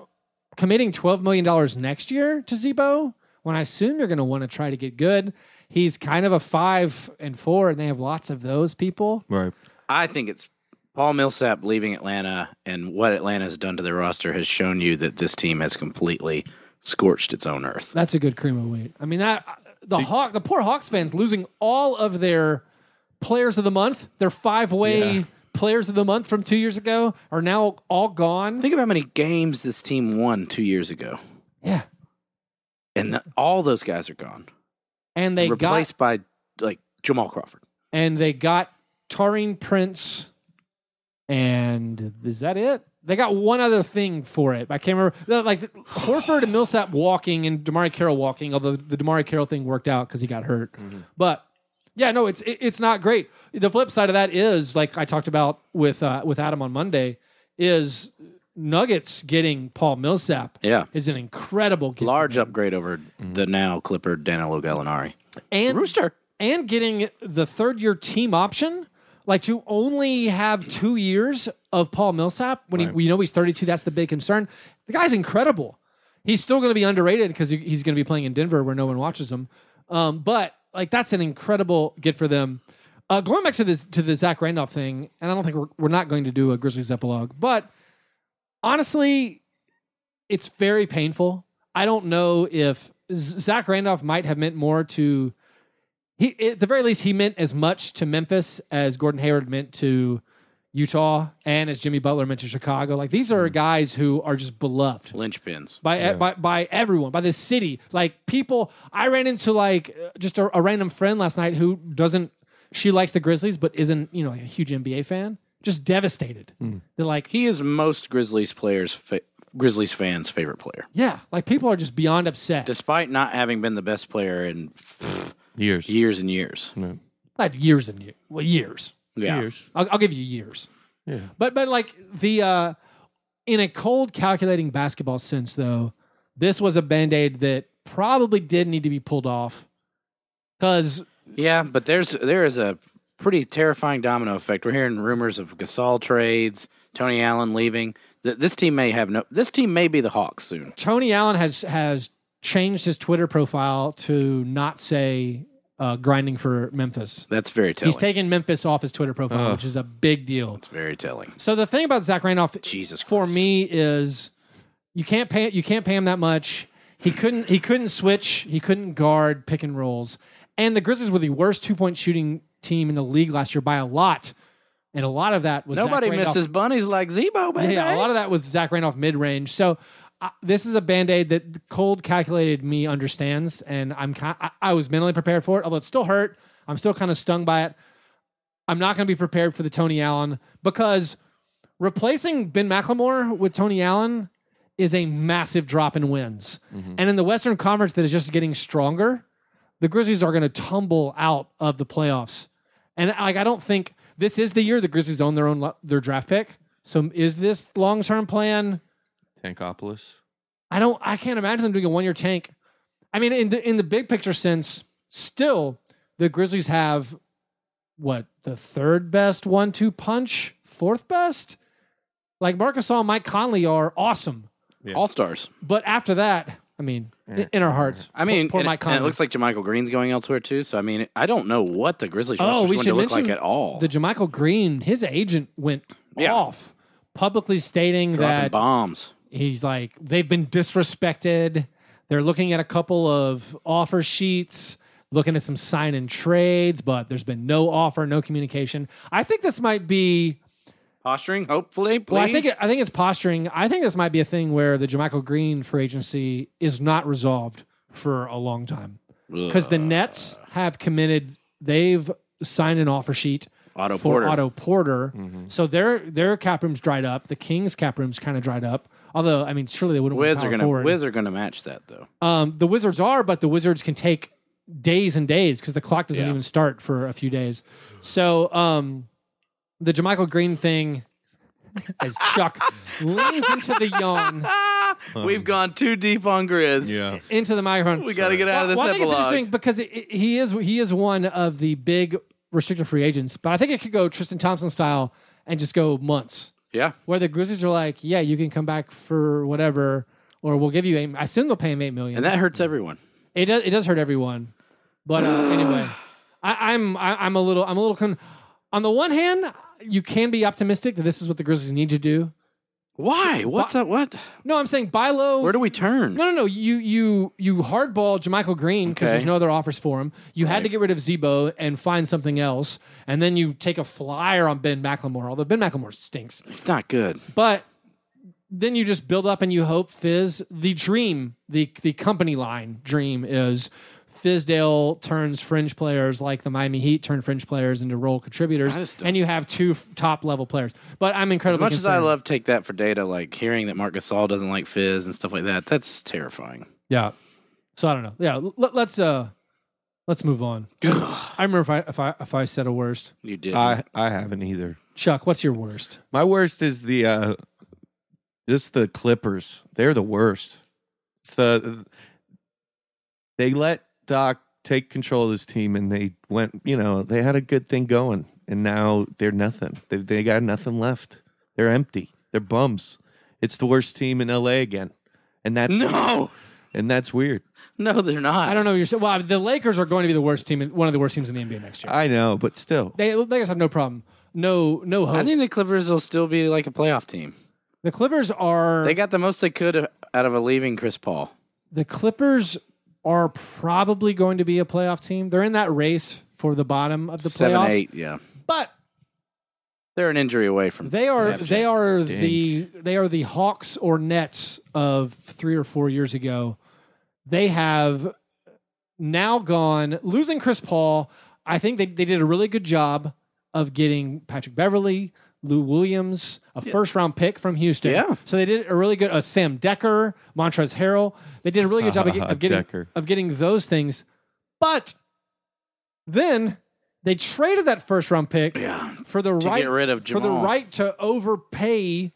S1: committing twelve million dollars next year to Zebo, when I assume you're going to want to try to get good, he's kind of a five and four, and they have lots of those people.
S3: right.
S2: I think it's Paul Millsap leaving Atlanta, and what Atlanta's done to their roster has shown you that this team has completely scorched its own earth.
S1: That's a good cream of wheat. I mean that the Hawk, the poor Hawks fans losing all of their players of the month, their five way
S3: Yeah.
S1: players of the month from two years ago are now all gone.
S2: Think of how many games this team won two years ago,
S1: Yeah,
S2: and the, all those guys are gone,
S1: and they
S2: replaced
S1: got
S2: by like Jamal Crawford.
S1: and they got Taring Prince, and is that it? They got one other thing for it. I can't remember. No, Like Horford and
S2: Mm-hmm.
S1: Millsap walking and Damari Carroll walking, although the Damari Carroll thing worked out because he got hurt. But Yeah, no, it's it, it's not great. The flip side of that is like I talked about with uh, with Adam on Monday is Nuggets getting Paul Millsap
S2: Yeah.
S1: is an incredible get for
S2: Large
S1: them.
S2: upgrade over the now Clipper Danilo Gallinari.
S1: and
S2: Rooster.
S1: and getting the third year team option. Like to only have two years of Paul Millsap when he, we know he's 32, that's the big concern. The guy's incredible. He's still going to be underrated because he, he's going to be playing in Denver where no one watches him. Um, but like that's an incredible get for them. Uh, going back to this to the Zach Randolph thing, and I don't think we're, we're not going to do a Grizzlies epilogue, but honestly, it's very painful. I don't know if Z- Zach Randolph might have meant more to he at the very least he meant as much to Memphis as Gordon Hayward meant to Utah and as Jimmy Butler meant to Chicago. Like these are guys who are just beloved
S2: Lynchpins.
S1: by, e, by by everyone, by the city. Like people, I ran into like uh, just a, a random friend last night who doesn't. She likes the Grizzlies, but isn't you know like a huge NBA fan. Just devastated. They're like,
S2: He is most Grizzlies players fa- Grizzlies fans' favorite player,
S1: yeah, like people are just beyond upset.
S2: despite not having been the best player in pff,
S3: Years.
S2: years and years.
S3: No.
S1: Not years and years. Well, years.
S2: Yeah.
S3: Years.
S1: I'll, I'll give you years.
S3: Yeah.
S1: But but like the uh in a cold calculating basketball sense though, this was a band-aid that probably did need to be pulled off. Cause
S2: Yeah, but there's there is a pretty terrifying domino effect. We're hearing rumors of Gasol trades, Tony Allen leaving. Th- this team may have no. This team may be the Hawks soon.
S1: Tony Allen has has changed his Twitter profile to not say uh, grinding for Memphis.
S2: That's very telling.
S1: He's taken Memphis off his Twitter profile, which is a big deal.
S2: It's very telling.
S1: So the thing about Zach Randolph
S2: Jesus
S1: for
S2: Christ.
S1: me is you can't pay you can't pay him that much. He couldn't he couldn't switch, he couldn't guard pick and rolls. And the Grizzlies were the worst two-point shooting team in the league last year by a lot. And a lot of that was Zach
S2: Nobody
S1: Randolph.
S2: misses bunnies like Zebo, baby.
S1: Yeah, a lot of that was Zach Randolph mid range. So uh, this is a band aid that the cold calculated me understands, and I'm kind. I, I was mentally prepared for it, although it still hurt. I'm still kind of stung by it. I'm not going to be prepared for the Tony Allen because replacing Ben McLemore with Tony Allen is a massive drop in wins, and in the Western Conference that is just getting stronger, the Grizzlies are going to tumble out of the playoffs. And like, I don't think this is the year the Grizzlies own their own their draft pick. So is this long term plan?
S3: Tankopolis.
S1: I don't. I can't imagine them doing a one year tank. I mean, in the in the big picture sense, still the Grizzlies have what the third best one two punch, fourth best. Like Marcus All, Mike Conley are awesome,
S2: All stars.
S1: but after that, I mean, in our hearts,
S2: I mean,
S1: poor, poor
S2: and,
S1: Mike
S2: and
S1: Conley.
S2: it looks like Jermichael Green's going elsewhere too. So I mean, I don't know what the Grizzlies
S1: Oh,
S2: roster's
S1: we
S2: going
S1: should
S2: to look like
S1: mention
S2: at all.
S1: the Jamichael Green, his agent went
S2: Yeah.
S1: off publicly stating
S2: Dropping
S1: that
S2: bombs.
S1: he's like they've been disrespected. They're looking at a couple of offer sheets, looking at some sign and trades, but there's been no offer, no communication. I think this might be
S2: Posturing, hopefully, please.
S1: well, I think it, I think it's posturing. I think this might be a thing where the Jermichael Green free agency is not resolved for a long time because the Nets have committed. They've signed an offer sheet
S2: Otto
S1: for
S2: Porter. Mm-hmm.
S1: Otto Porter, so their their cap room's dried up. The Kings' cap room's kind of dried up. Although, I mean, surely they wouldn't. want
S2: Wiz
S1: power
S2: are gonna
S1: forward.
S2: Wiz are gonna match that though.
S1: Um, the Wizards are, but the Wizards can take days and days because the clock doesn't
S2: Yeah.
S1: even start for a few days. So um, the Jermichael Green thing, as Chuck leans into the yawn, um,
S2: We've gone too deep on Grizz.
S3: Yeah.
S1: into the microphone.
S2: We gotta get out of this
S1: well, I think it's
S2: epilogue.
S1: interesting because it, it- he is he is one of the big restricted free agents, but I think it could go Tristan Thompson style and just go months.
S2: Yeah.
S1: Where the Grizzlies are like, yeah, you can come back for whatever, or we'll give you eight. I assume they'll pay him eight million.
S2: And that hurts everyone.
S1: It does. It does hurt everyone. But uh, anyway, I, I'm I, I'm a little I'm a little. Con- on the one hand, you can be optimistic that this is what the Grizzlies need to do.
S2: Why? What's up? What?
S1: No, I'm saying buy low.
S2: Where do we turn?
S1: no, no, no. You you you hardball Jamichael Green because
S2: Okay.
S1: there's no other offers for him. You had to get rid of Zebo and find something else, and then you take a flyer on Ben McLemore. Although Ben McLemore stinks,
S2: It's not good.
S1: but then you just build up and you hope Fizz. The dream, the the company line dream is Fizdale turns fringe players like the Miami Heat turn fringe players into role contributors,
S2: I just don't-
S1: and you have two f- top level players. But I'm
S2: As
S1: incredibly
S2: much as I
S1: concerned.
S2: love take that for data, like hearing that Mark Gasol doesn't like Fizz and stuff like that, that's terrifying.
S1: yeah. So I don't know. Yeah, l- let's uh, Let's move
S2: [SIGHS]
S1: on. I remember if I if I if I said a worst.
S2: You did.
S3: I I haven't either.
S1: Chuck, what's your worst?
S3: My worst is the uh just the Clippers. They're the worst. It's the they let Doc take control of this team and they went, you know, they had a good thing going and now they're nothing. They they got nothing left. They're empty. They're bums. It's the worst team in LA again. And that's
S2: no,
S3: and that's weird.
S2: no, they're not.
S1: I don't know. You're so, well. The Lakers are going to be the worst team, in, one of the worst teams in the NBA next year.
S2: Uh,
S3: I know, but still.
S1: they Lakers have no problem, no no hope.
S2: I think the Clippers will still be like a playoff team.
S1: the Clippers are
S2: They got the most they could out of a leaving Chris Paul.
S1: the Clippers are probably going to be a playoff team. They're in that race for the bottom of the
S2: Seven,
S1: playoffs,
S2: eight, yeah.
S1: but
S2: They're an injury away from.
S1: They are
S2: Perhaps.
S1: they are the they are the Hawks or Nets of three or four years ago. They have now gone losing Chris Paul. I think they, they did a really good job of getting Patrick Beverly, Lou Williams, a first round pick from Houston.
S2: Yeah.
S1: So they did a really good uh, Sam Decker, Montrez Harrell. They did a really good
S2: [LAUGHS]
S1: job of, get- of getting
S3: Decker.
S1: of getting those things. But then they traded that first round pick
S2: Yeah.
S1: for the
S2: To
S1: right
S2: get rid of
S1: for the
S2: Jamal.
S1: right to overpay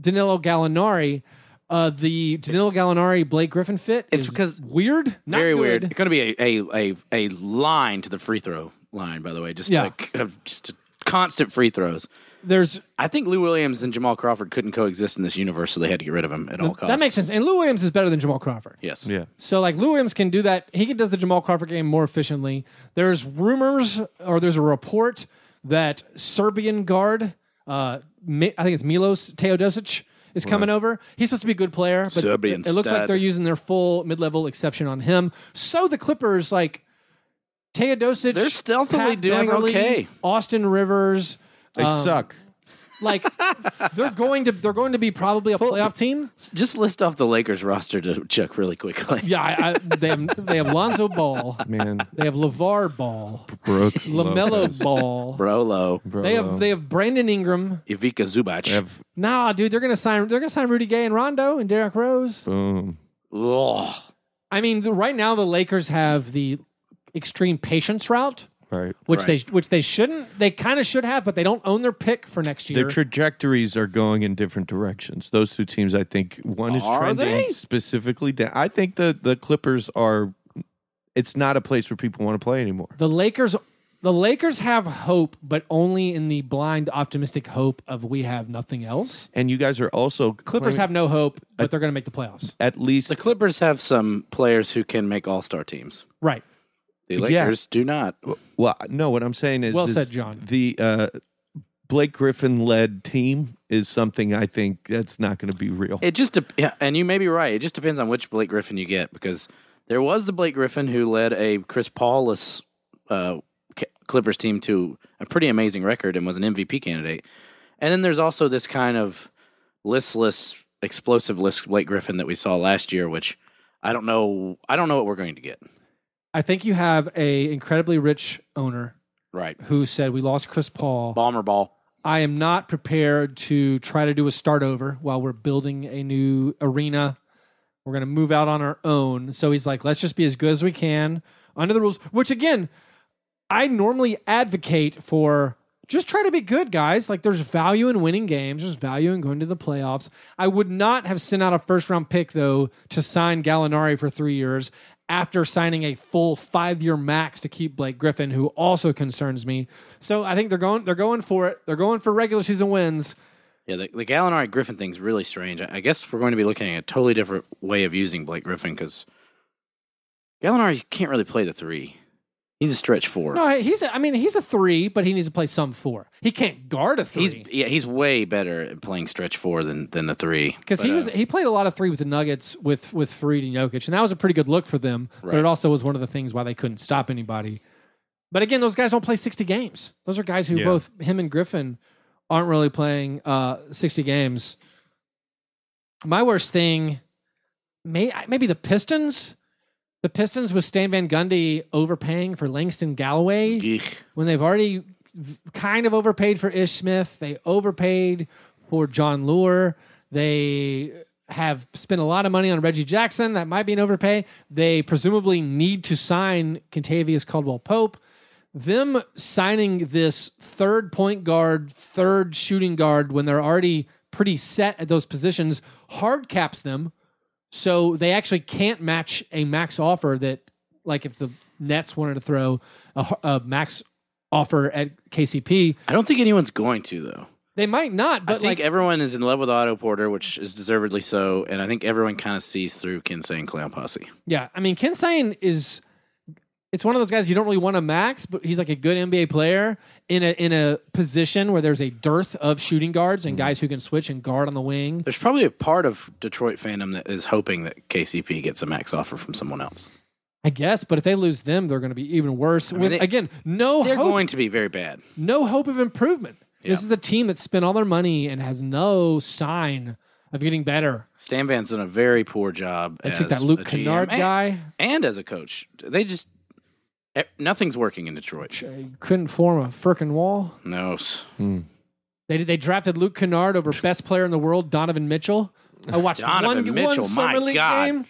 S1: Danilo Gallinari. Uh, the Danilo Gallinari Blake Griffin fit
S2: It's
S1: is
S2: because-
S1: weird, not
S2: Very
S1: good.
S2: weird. It's going to be a, a, a, a line to the free throw line, by the way. Just
S1: Yeah.
S2: like uh, just constant free throws.
S1: There's
S2: I think Lou Williams and Jamal Crawford couldn't coexist in this universe, so they had to get rid of him at all costs.
S1: that makes sense, and Lou Williams is better than Jamal Crawford.
S2: yes.
S3: Yeah.
S1: So like Lou Williams can do that. He can does the Jamal Crawford game more efficiently. There's rumors or there's a report that Serbian guard, uh, Mi- I think it's Milos Teodosic, is coming over. He's supposed to be a good player, but
S2: Serbian
S1: it, it looks like
S2: stud.
S1: they're using their full mid-level exception on him. So the Clippers like Teodosic,
S2: They're stealthily
S1: Pat
S2: doing
S1: Beverly,
S2: okay.
S1: Austin Rivers.
S3: They
S1: Um,
S3: suck.
S1: Like [LAUGHS] they're going to they're going to be probably a playoff team.
S2: Just list off the Lakers roster to Chuck really quickly.
S1: [LAUGHS]
S2: [LAUGHS]
S1: Yeah, I, I, they have they have Lonzo Ball.
S3: Man,
S1: They have Levar Ball,
S3: Brooke [LAUGHS] Lopez.
S1: [LAUGHS] Lamelo Ball.
S2: Brolo,
S1: They
S3: Brolo.
S1: have they have Brandon Ingram.
S2: Ivica Zubac.
S3: Have-
S1: Nah, dude, they're gonna sign. They're gonna sign Rudy Gay and Rondo and Derrick Rose.
S3: boom.
S2: Ugh.
S1: I mean, the, right now the Lakers have the extreme patience route,
S3: Right.
S1: which they which they shouldn't. They kind of should have, but they don't own their pick for next year.
S3: Their trajectories are going in different directions. Those two teams, I think, one is
S2: Are
S3: trending
S2: they?
S3: specifically down. I think the the Clippers are. It's not a place where people want to play anymore.
S1: the Lakers. The Lakers have hope, but only in the blind, optimistic hope of we have nothing else.
S3: And you guys are also
S1: Clippers
S3: claiming
S1: have no hope, but they're going to make the playoffs.
S3: at least
S2: The Clippers have some players who can make all star teams.
S1: Right.
S2: The
S3: Yeah.
S2: Lakers do not.
S3: Well, no, what I'm saying is,
S1: Well
S3: is
S1: said, John.
S3: The uh, Blake Griffin led team is something I think that's not going to be real.
S2: It just, dep yeah, and you may be right. It just depends on which Blake Griffin you get because there was the Blake Griffin who led a Chris Paulus uh, Ca- Clippers team to a pretty amazing record and was an MVP candidate. And then there's also this kind of listless, explosive list Blake Griffin that we saw last year, which I don't know. I don't know what we're going to get.
S1: I think you have a incredibly rich owner
S2: Right,
S1: who said we lost Chris Paul.
S2: bomber ball.
S1: I am not prepared to try to do a start over while we're building a new arena. We're going to move out on our own. So he's like, let's just be as good as we can under the rules, which again, I normally advocate for just try to be good, guys. Like, there's value in winning games, there's value in going to the playoffs. I would not have sent out a first round pick, though, to sign Gallinari for three years after signing a full five year max to keep Blake Griffin, who also concerns me. So I think they're going, they're going for it. They're going for regular season wins.
S2: Yeah, the, the Gallinari Griffin thing's really strange. I, I guess we're going to be looking at a totally different way of using Blake Griffin because Gallinari can't really play the three. He's a stretch four.
S1: No, he's, a, I mean, he's a three, but he needs to play some four. He can't guard a
S2: he's
S1: three.
S2: yeah, he's way better at playing stretch four than than the three.
S1: Because
S2: But,
S1: he was
S2: uh,
S1: he played a lot of three with the Nuggets with with Freed and Jokic, and that was a pretty good look for them. But
S2: Right.
S1: it also was one of the things why they couldn't stop anybody. But again, those guys don't play sixty games. Those are guys who
S3: Yeah.
S1: both him and Griffin aren't really playing uh, sixty games. My worst thing, may maybe the Pistons. The Pistons with Stan Van Gundy overpaying for Langston Galloway
S2: Geek.
S1: when they've already v- kind of overpaid for Ish Smith. They overpaid for John Lure. They have spent a lot of money on Reggie Jackson. That might be an overpay. They presumably need to sign Contavious Caldwell Pope. Them signing this third point guard, third shooting guard when they're already pretty set at those positions hard caps them. So they actually can't match a max offer that, like, if the Nets wanted to throw a, h- a max offer at KCP,
S2: I don't think anyone's going to though.
S1: they might not.
S2: I
S1: But
S2: think
S1: like,
S2: everyone is in love with Otto Porter, which is deservedly so, and I think everyone kind of sees through Kinsey and Clown Posse.
S1: Yeah, I mean, Kensane is it's one of those guys you don't really want to max, but he's like a good NBA player in a in a position where there's a dearth of shooting guards
S2: Mm-hmm.
S1: and guys who can switch and guard on the wing.
S2: There's probably a part of Detroit fandom that is hoping that KCP gets a max offer from someone else.
S1: I guess, but if they lose them, they're going to be even worse.
S2: mean,
S1: With
S2: they-
S1: again, no
S2: They're
S1: hope,
S2: going to be very bad.
S1: no hope of improvement.
S2: Yeah.
S1: This is a team that spent all their money and has no sign of getting better.
S2: Stan Van's done a very poor job.
S1: They
S2: as
S1: took that Luke
S2: a GM
S1: Kennard
S2: and-
S1: guy,
S2: and as a coach. They just eh, nothing's working in Detroit.
S1: couldn't form a frickin' wall.
S2: No, s-
S1: They they drafted Luke Kennard
S2: [LAUGHS]
S1: over best player in the world, Donovan Mitchell. I watched
S2: Donovan
S1: one,
S2: Mitchell,
S1: one summer
S2: my
S1: league
S2: God.
S1: game.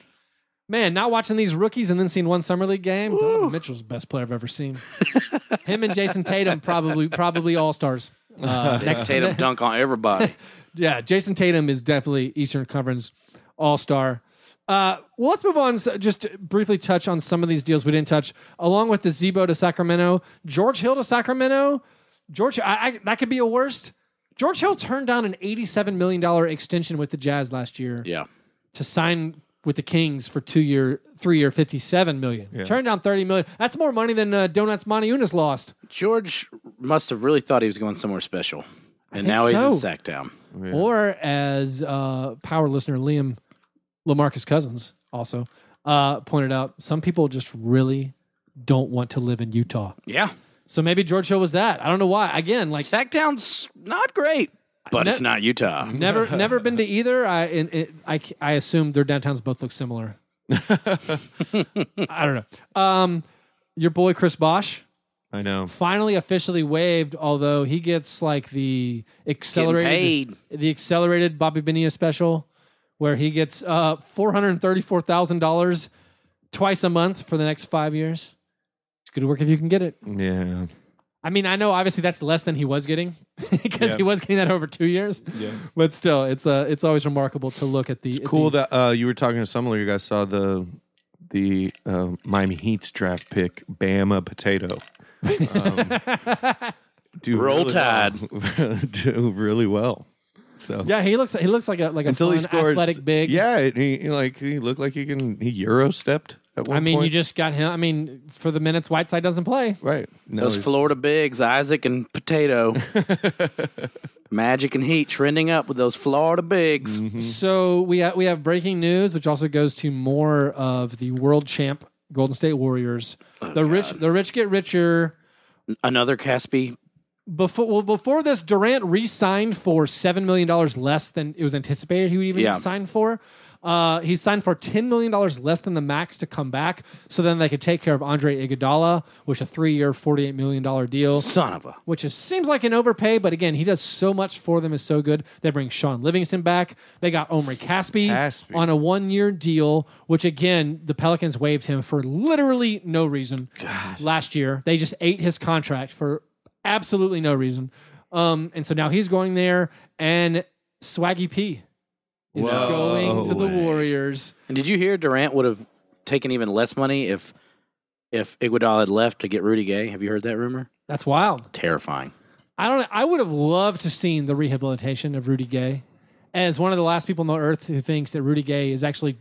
S1: Man, not watching these rookies and then seeing one summer league game. Donovan Mitchell's the best player I've ever seen. [LAUGHS] Him and Jason Tatum probably probably all stars. Uh, [LAUGHS]
S2: next Tatum dunk on everybody.
S1: yeah, Jason Tatum is definitely Eastern Conference All Star. Uh, well, let's move on. So just to briefly touch on some of these deals we didn't touch, along with the Zebo to Sacramento, George Hill to Sacramento. George, I, I, that could be a worst. George Hill turned down an eighty-seven million dollar extension with the Jazz last year
S2: Yeah,
S1: to sign with the Kings for two-year, three-year, fifty-seven million. Turned down thirty million. That's more money than uh, Donuts Monty Unis lost.
S2: George must have really thought he was going somewhere special, and now
S1: think
S2: he's in
S1: so.
S2: Sac Town.
S3: Yeah.
S1: or as uh, power listener Liam Lamarcus Cousins also uh, pointed out, some people just really don't want to live in Utah.
S2: Yeah,
S1: So maybe George Hill was that. I don't know why. Again,
S2: [LAUGHS]
S1: like
S2: Sac Town's not great, but
S1: Ne-
S2: it's not Utah.
S1: never never been to either. I and it, I c- I assume their downtowns both look similar. I don't know. Um, your boy Chris Bosch
S3: I know.
S1: finally officially waived, although he gets like the accelerated
S2: Getting
S1: the accelerated Bobby Bonilla special, where he gets uh four hundred thirty four thousand dollars twice a month for the next five years. It's good work if you can get it.
S3: Yeah.
S1: I mean, I know obviously that's less than he was getting [LAUGHS] because
S3: Yeah.
S1: he was getting that over two years.
S3: Yeah.
S1: But still, it's uh it's always remarkable to look at the at
S3: Cool
S1: the-
S3: that uh, you were talking to someone. You guys saw the the um Miami Heat's draft pick,
S2: [LAUGHS]
S3: Bama Potato. Um, do
S2: Roll
S3: really
S2: Tide.
S3: well. [LAUGHS] do really well. So
S1: yeah, he looks he looks like a like a
S3: until he
S1: fun,
S3: scores,
S1: athletic big.
S3: Yeah, it- he, he, like he looked like he can. He euro stepped at one
S1: I mean,
S3: point.
S1: you just got him. I mean, for the minutes Whiteside doesn't play,
S3: right. No,
S2: Those
S3: he's-
S2: Florida bigs, Isaac and
S1: [LAUGHS]
S2: Potato, Magic and Heat, trending up with those Florida bigs.
S1: Mm-hmm. So we ha- we have breaking news, which also goes to more of the world champ Golden State Warriors. the rich, the rich get richer.
S2: Another Caspi
S1: Before well, before this, Durant re-signed for seven million dollars less than it was anticipated he would even
S2: Yeah.
S1: sign for. Uh, he signed for ten million dollars less than the max to come back, so then they could take care of Andre Iguodala, which a three-year, forty-eight million dollar deal
S2: son of a.
S1: which is, seems like an overpay, but again, he does so much for them, is so good. They bring Sean Livingston back. They got Omri Caspi,
S3: Caspi.
S1: on a one year deal, which again, the Pelicans waived him for literally no reason last year. They just ate his contract for absolutely no reason. Um, and so now he's going there, and Swaggy P is
S3: Whoa.
S1: going to the
S3: Way.
S1: Warriors.
S2: And did you hear Durant would have taken even less money if if Iguodala had left to get Rudy Gay? Have you heard that rumor?
S1: That's wild.
S2: Terrifying.
S1: I don't. I would have loved to seen the rehabilitation of Rudy Gay as one of the last people on the earth who thinks that Rudy Gay is actually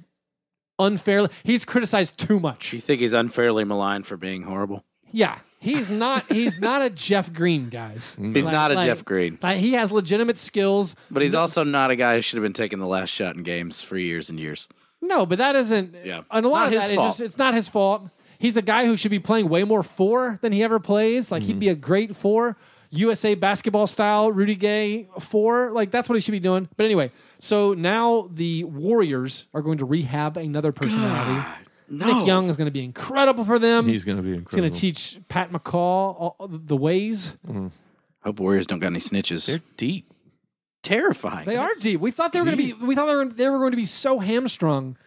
S1: unfairly. He's criticized too much.
S2: Do you think he's unfairly maligned for being horrible?
S1: Yeah, he's not. He's not a Jeff Green, guys.
S2: He's
S1: Like-
S2: not a
S1: like-
S2: Jeff Green,
S1: Like he has legitimate skills.
S2: but he's also not a guy who should have been taking the last shot in games for years and years.
S1: No, but that isn't.
S2: Yeah.
S1: and
S2: It's
S1: a lot
S2: not
S1: of
S2: his
S1: that is
S2: fault.
S1: just it's not his fault. He's a guy who should be playing way more four than he ever plays. Like he'd be a great four, USA basketball style, Rudy Gay four. Like that's what he should be doing. But anyway, so now the Warriors are going to rehab another personality. Nick Young is going to be incredible for them. He's,
S3: He's going to be
S1: going
S3: incredible.
S1: to teach Pat McCall all the ways.
S2: Hope Warriors don't got any snitches.
S3: They're deep.
S2: terrifying.
S1: They are deep. We thought they were going to be. We thought they were, they were going to be so hamstrung,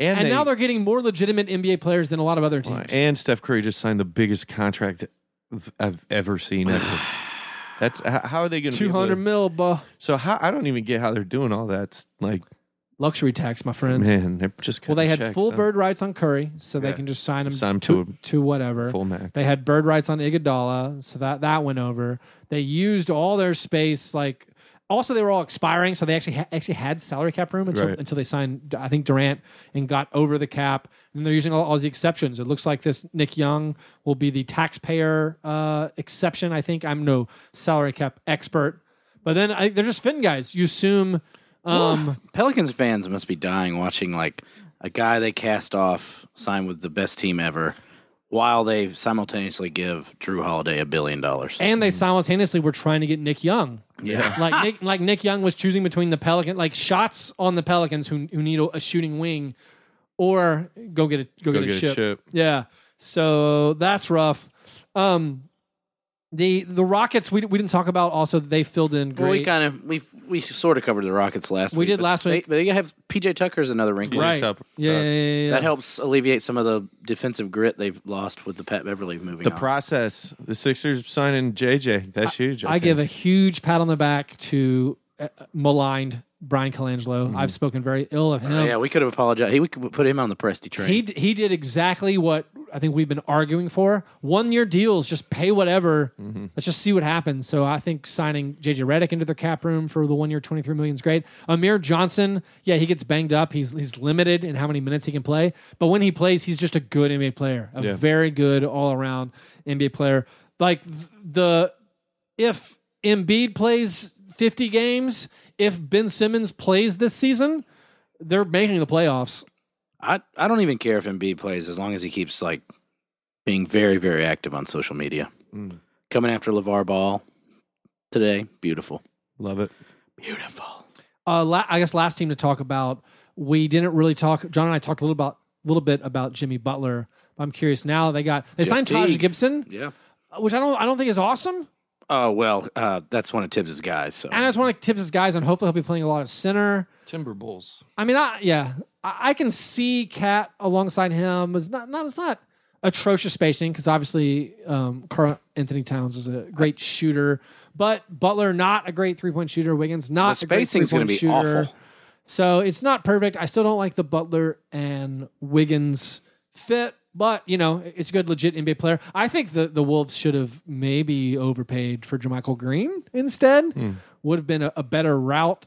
S3: And,
S1: and,
S3: they-
S1: now they're getting more legitimate NBA players than a lot of other teams.
S3: and Steph Curry just signed the biggest contract I've ever seen.
S2: [SIGHS]
S3: Ever. That's h- how are they going to
S1: Two hundred mil, buh.
S3: So how I don't even get how they're doing all that. It's like
S1: luxury tax, my friend.
S3: man, they're just
S1: Well, they had
S3: cutting checks,
S1: full
S3: huh?
S1: bird rights on Curry, so
S3: Yeah.
S1: they can just sign him
S3: Sign 'em
S1: to,
S3: to
S1: to whatever.
S3: full max.
S1: They had bird rights on Iguodala, so that that went over. They used all their space. Like also, they were all expiring, so they actually ha- actually had salary cap room until
S3: Right.
S1: until they signed. I think Durant and got over the cap, and they're using all, all the exceptions. It looks like this Nick Young will be the taxpayer uh, exception. I think I'm no salary cap expert, but then I, they're just Finn guys. You assume. Um,
S2: Pelicans fans must be dying watching like a guy they cast off sign with the best team ever, while they simultaneously give Drew Holiday a billion dollars.
S1: and they simultaneously were trying to get Nick Young.
S2: Yeah.
S1: like Nick, like Nick Young was choosing between the Pelican, like shots on the Pelicans who who need a, a shooting wing, or go get a go,
S3: Go
S1: get, a, chip.
S3: chip.
S1: Yeah, so that's rough. Um, the the Rockets we we didn't talk about. Also, they filled in
S2: Well, we
S1: great.
S2: kind of we we sort of covered the Rockets last.
S1: We
S2: week.
S1: did
S2: but
S1: last
S2: they-
S1: week.
S2: But you have PJ Tucker's another wrinkle.
S1: right.
S3: Top- top.
S1: yeah, yeah, yeah, yeah, yeah.
S2: That helps alleviate some of the defensive grit they've lost with the Pat Beverly moving.
S3: The
S2: on.
S3: process. The Sixers signing JJ. That's huge.
S1: I give a huge pat on the back to uh, maligned Brian Colangelo. I've spoken very ill of him.
S2: yeah, we could have apologized. He, we could put him on the Presti train.
S1: He d- he did exactly what I think we've been arguing for. One year deals, just pay whatever. Let's just see what happens. So I think signing JJ Redick into their cap room for the one year twenty three million is great. Amir Johnson, yeah, he gets banged up. He's he's limited in how many minutes he can play, but when he plays, he's just a good NBA player, a
S3: Yeah.
S1: very good all around NBA player. Like th- the if Embiid plays 50 games, if Ben Simmons plays this season, they're making the playoffs.
S2: I, I don't even care if Embiid plays as long as he keeps like being very very active on social media.
S3: Mm.
S2: Coming after Levar Ball today, beautiful,
S3: Love it.
S2: beautiful.
S1: uh, la- I guess last team to talk about. We didn't really talk. John and I talked a little about little bit about Jimmy Butler. I'm curious now. They got they signed Taj
S2: Teague.
S1: Gibson,
S2: Yeah.
S1: which I don't I don't think is awesome.
S2: Oh well, uh, that's one of Tibbs' guys. So
S1: And I just want to tip his guys on. Hopefully, he'll be playing a lot of center.
S3: Timberwolves.
S1: I mean, I, yeah, I, I can see Cat alongside him. It's not not it's not atrocious spacing because obviously um, Carl Anthony Towns is a great shooter, but Butler not a great three point shooter. Wiggins not
S2: The
S1: a great three
S2: spacing's gonna
S1: point
S2: be
S1: shooter.
S2: awful.
S1: So it's not perfect. I still don't like the Butler and Wiggins fit, but you know it's a good legit NBA player. I think the the Wolves should have maybe overpaid for Jermichael Green instead. Would have been a, a better route.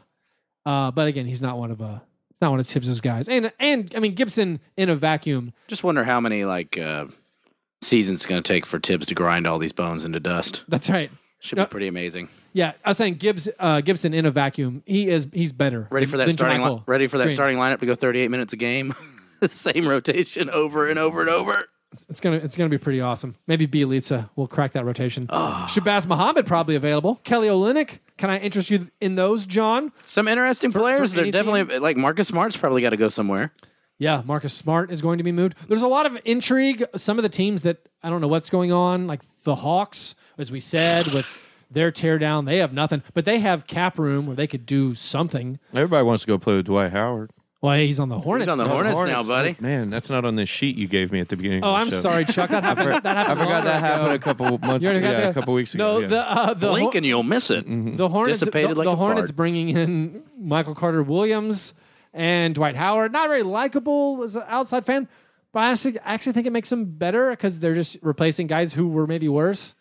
S1: Uh, but again, he's not one of uh not one of Tibbs's guys. And and I mean Gibson in a vacuum.
S2: just wonder how many like uh, seasons it's going to take for Tibbs to grind all these bones into dust.
S1: That's right.
S2: Should
S1: No.
S2: be pretty amazing.
S1: Yeah, I was saying Gibbs uh, Gibson in a vacuum. He is he's better.
S2: Ready
S1: than-
S2: for that
S1: than
S2: starting li-
S1: Jermichael
S2: ready for that
S1: Green.
S2: starting lineup to go 38 minutes a game. [LAUGHS] The Same rotation over and over and over.
S1: It's gonna it's gonna be pretty awesome. Maybe Bielitsa will crack that rotation.
S2: Ah.
S1: Shabazz Muhammad probably available. Kelly Olynyk. Can I interest you in those, John?
S2: Some interesting players. They're
S1: any
S2: definitely like Marcus Smart's probably got to go somewhere.
S1: Yeah, Marcus Smart is going to be moved. There's a lot of intrigue. Some of the teams that I don't know what's going on, like the Hawks, as we said, with their teardown, they have nothing, but they have cap room where they could do something.
S3: Everybody wants to go play with Dwight Howard.
S1: Well, he's on the Hornets.
S2: on the
S1: now.
S2: Hornets. now, buddy.
S3: Man, that's not on this sheet you gave me at the beginning.
S1: Oh,
S3: of the
S1: I'm
S3: show.
S1: sorry, Chuck. That happened. that
S3: [LAUGHS] I
S1: happened.
S3: forgot
S1: longer
S3: that happened a
S1: ago.
S3: couple months.
S1: You
S3: ago.
S1: already got
S3: Yeah, a
S1: that?
S3: couple weeks ago.
S1: No,
S3: yeah.
S1: the uh, the Hor-
S2: Blink and you'll miss it.
S1: The Hornets,
S2: Dissipated
S1: the,
S2: like
S1: the
S2: a
S1: Hornets
S2: fart.
S1: bringing in Michael Carter Williams and Dwight Howard. Not very likable as an outside fan, but I actually, I actually think it makes them better because they're just replacing guys who were maybe worse.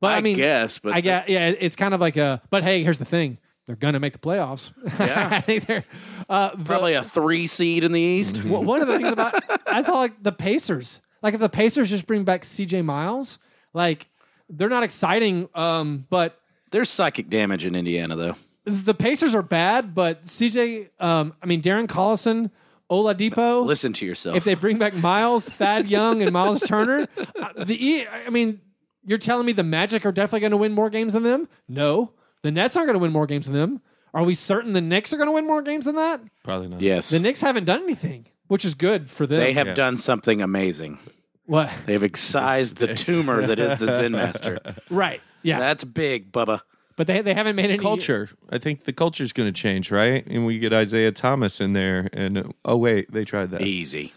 S1: But I,
S2: Hmm. I
S1: mean,
S2: guess, but
S1: I get, yeah, it's kind of like a. But hey, here's the thing: they're gonna make the playoffs.
S2: Yeah.
S1: [LAUGHS] I think they're uh, the-
S2: probably a three seed in the East.
S1: Mm-hmm. Well, one of the things about I saw like the Pacers. Like if the Pacers just bring back CJ Miles, like they're not exciting, um, but
S2: There's psychic damage in Indiana, though.
S1: the Pacers are bad, but CJ, um, I mean Darren Collison, Oladipo.
S2: Listen to yourself.
S1: If they bring back Miles, Thad Young, and Miles Turner, uh, the E- I mean, you're telling me the Magic are definitely going to win more games than them? No, the Nets aren't going to win more games than them. Are we certain the Knicks are going to win more games than that?
S3: probably not.
S2: yes,
S1: The Knicks haven't done anything, which is good for them.
S2: they have
S3: Yeah.
S2: done something amazing.
S1: what? [LAUGHS] [LAUGHS]
S2: They've excised the tumor that is the Zen Master.
S1: Right? Yeah.
S2: That's big, Bubba.
S1: But they they haven't made
S3: It's
S1: any
S3: culture. I think the culture's going to change, right? And we get Isaiah Thomas in there, and uh, oh wait, they tried that. He,
S2: Easy.